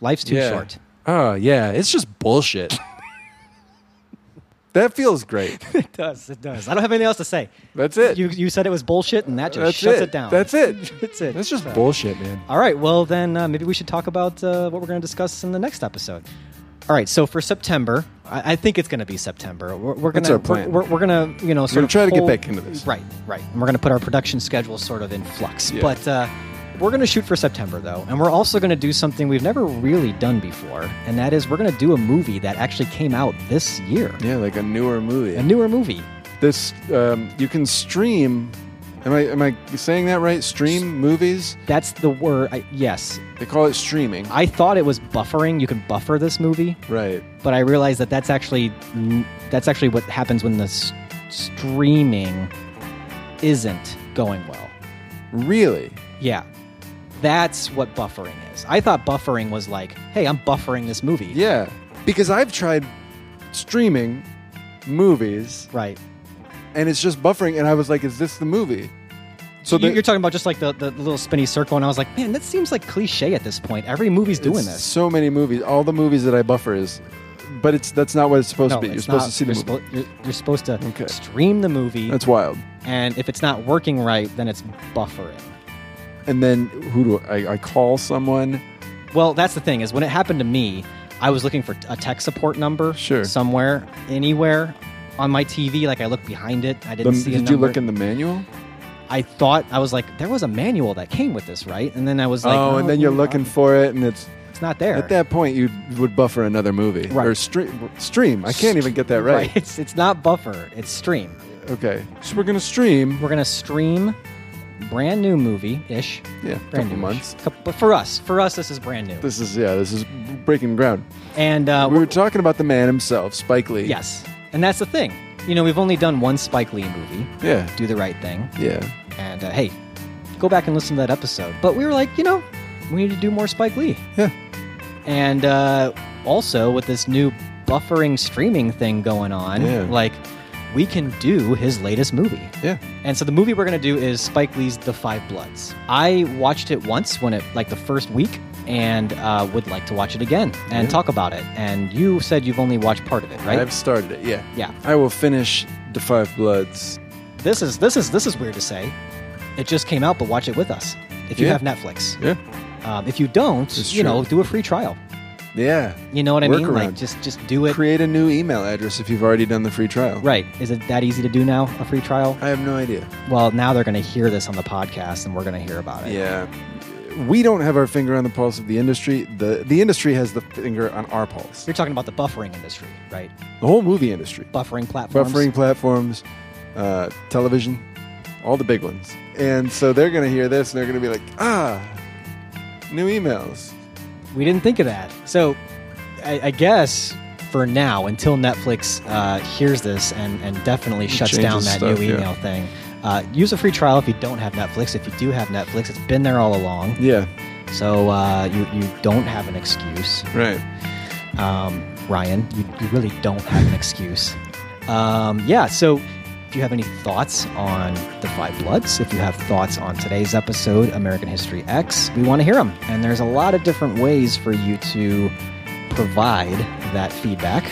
Life's too
Yeah.
short.
Oh yeah, it's just bullshit. that
[laughs]
feels great.
It does. It does. I don't have anything else to say.
That's it.
You you said it was bullshit, and that just
That's
shuts it.
it.
down.
That's it.
That's it.
That's just
So-
bullshit, man.
All right. Well, then uh, maybe we should talk about uh, what we're going to discuss in the next episode. All right. So for September, I, I think it's going to be September. We're, we're going
That's
to
our plan.
We're, we're, going to you know sort
gonna
of
try to get
hold-
back into this.
Right. Right. And we're going to put our production schedule sort of in flux.
Yeah.
But uh, we're going to shoot for September though, and we're also going to do something we've never really done before, and that is we're going to do a movie that actually came out this year,
Yeah, like a newer movie.
a newer movie.
this um, you can stream. Am I am I saying that right? Stream movies.
That's the word. I, yes.
They call it streaming.
I thought it was buffering. You can buffer this movie.
Right.
but I realized that that's actually that's actually what happens when the s- streaming isn't going well.
Really?
Yeah, that's what buffering is. I thought buffering was like, hey, I'm buffering this movie.
Yeah. Because I've tried streaming movies
Right.
and it's just buffering and I was like, is this the movie?
So
So the-
you're talking about just like the, the little spinny circle, and I was like, man, that seems like cliche at this point. Every movie's doing
It's
this.
So many movies. All the movies that I buffer is but it's that's not what it's supposed
No,
to be. You're
it's
supposed
not.
to see the
you're
movie.
suppo- you're, you're supposed to
Okay.
stream the movie,
that's wild.
and if it's not working right, then it's buffering.
And then who do I, I call someone?
Well, that's the thing is when it happened to me, I was looking for a tech support number
Sure.
somewhere, anywhere on my TV. Like I looked behind it, I didn't
The-
see a
did
number.
you look in the manual?
I thought I was like, there was a manual that came with this, right? And then I was like,
oh, and then you're
ooh,
looking for it and it's
it's not there.
At that point, you would buffer another movie
Right.
or stream. Stream. I can't even get that right.
[laughs] It's it's not buffer. It's stream.
Okay, so we're gonna stream.
We're gonna stream brand new movie ish.
Yeah,
Brand
couple
new
months.
But for us, for us, this is brand new.
This is yeah. This is breaking ground.
and uh,
we were talking about the man himself, Spike Lee.
yes, and that's the thing. You know, we've only done one Spike Lee movie.
Yeah.
Do the right thing.
Yeah.
And uh, hey, go back and listen to that episode. But we were like, you know, we need to do more Spike Lee.
Yeah.
And uh, also with this new buffering streaming thing going on,
Yeah.
like we can do his latest movie.
Yeah.
And so the movie we're going to do is Spike Lee's The Five Bloods. I watched it once when it, like the first week, and uh, would like to watch it again and
Yeah.
talk about it. And you said you've only watched part of it, right?
I've started it. Yeah.
yeah.
I will finish the Five Bloods.
This is this is this is weird to say. It just came out, but watch it with us if you
Yeah.
have Netflix.
Yeah.
Um, if you don't, you know, do a free trial.
Yeah.
You know what I mean?
Workaround.
Like just just do it.
Create a new email address if you've already done the free trial.
Right. Is it that easy to do now, a free trial? I
have no idea.
Well, now they're going to hear this on the podcast and we're going to hear about it.
Yeah. We don't have our finger on the pulse of the industry. The the industry has the finger on our pulse.
You're talking about the buffering industry, right?
The whole movie industry.
Buffering platforms.
Buffering platforms, uh, television, all the big ones. And so they're going to hear this and they're going to be like, ah, new emails.
We didn't think of that. So I, I guess for now, until Netflix uh, hears this and, and definitely shuts
Changes
down that
stuff,
new
yeah.
email thing, uh, use a free trial if you don't have Netflix. If you do have Netflix, it's been there all along.
Yeah.
So uh, you, you don't have an excuse.
Right.
Um, Ryan, you, you really don't have an excuse. Um, yeah, so if you have any thoughts on the Five Bloods, if you have thoughts on today's episode, American History X, we want to hear them. And there's a lot of different ways for you to provide that feedback.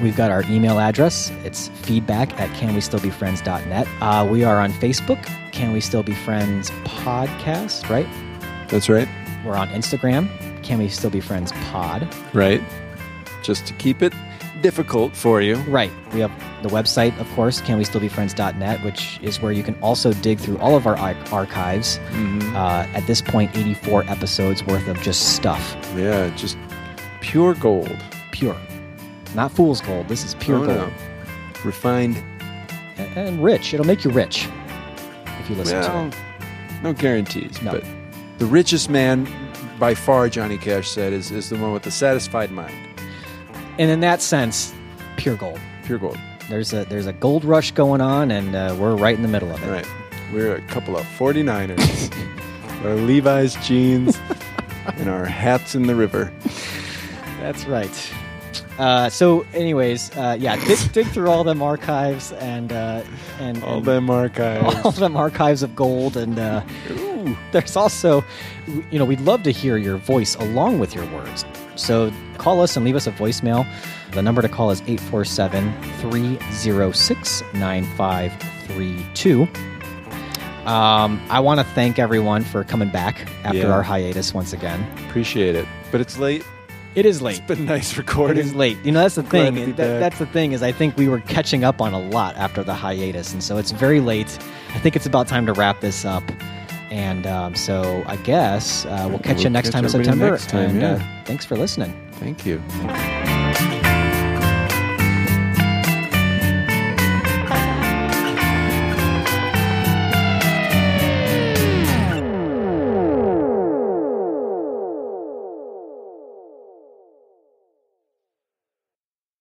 We've got our email address. It's feedback at canwestillbefriends.net. Uh, we are on Facebook, Can We Still Be Friends Podcast, right?
That's right.
We're on Instagram, Can We Still Be Friends Pod.
Right. Just to keep it difficult for you.
Right. We have the website, of course, canwestillbefriends.net, which is where you can also dig through all of our ar- archives.
Mm-hmm.
Uh, at this point, 84 episodes worth of just stuff.
Yeah, just pure gold.
Pure. Not fool's gold. This is pure
Oh, no.
gold.
Refined.
And, and rich. It'll make you rich if you listen to
Well,
it.
No guarantees, but the richest man by far, Johnny Cash said, is, is the one with the satisfied mind.
And in that sense, pure gold.
Pure gold.
There's a there's a gold rush going on, and uh, we're right in the middle of it.
Right. We're a couple of
[laughs]
49ers. our Levi's jeans and our hats in the river.
That's right. Uh, so, anyways, uh, yeah, dig, dig through all them archives and uh, and
All
and-
them archives.
[laughs] all them archives of gold, and uh, there's also, you know, we'd love to hear your voice along with your words. So call us and leave us a voicemail. The number to call is 847-306-9532. Um, I want to thank everyone for coming back after
Yeah.
our hiatus once again.
Appreciate it. But it's late.
It is late. It's
been nice recording. uh,
It is late. You know, that's the
Glad
thing.
to be
That-
back.
that's the thing is I think we were catching up on a lot after the hiatus, and so it's very late. I think it's about time to wrap this up. And um, so I guess uh, we'll catch
We'll
you next time
catch
in September.
everybody next time,
and
yeah.
uh, thanks for listening.
Thank you.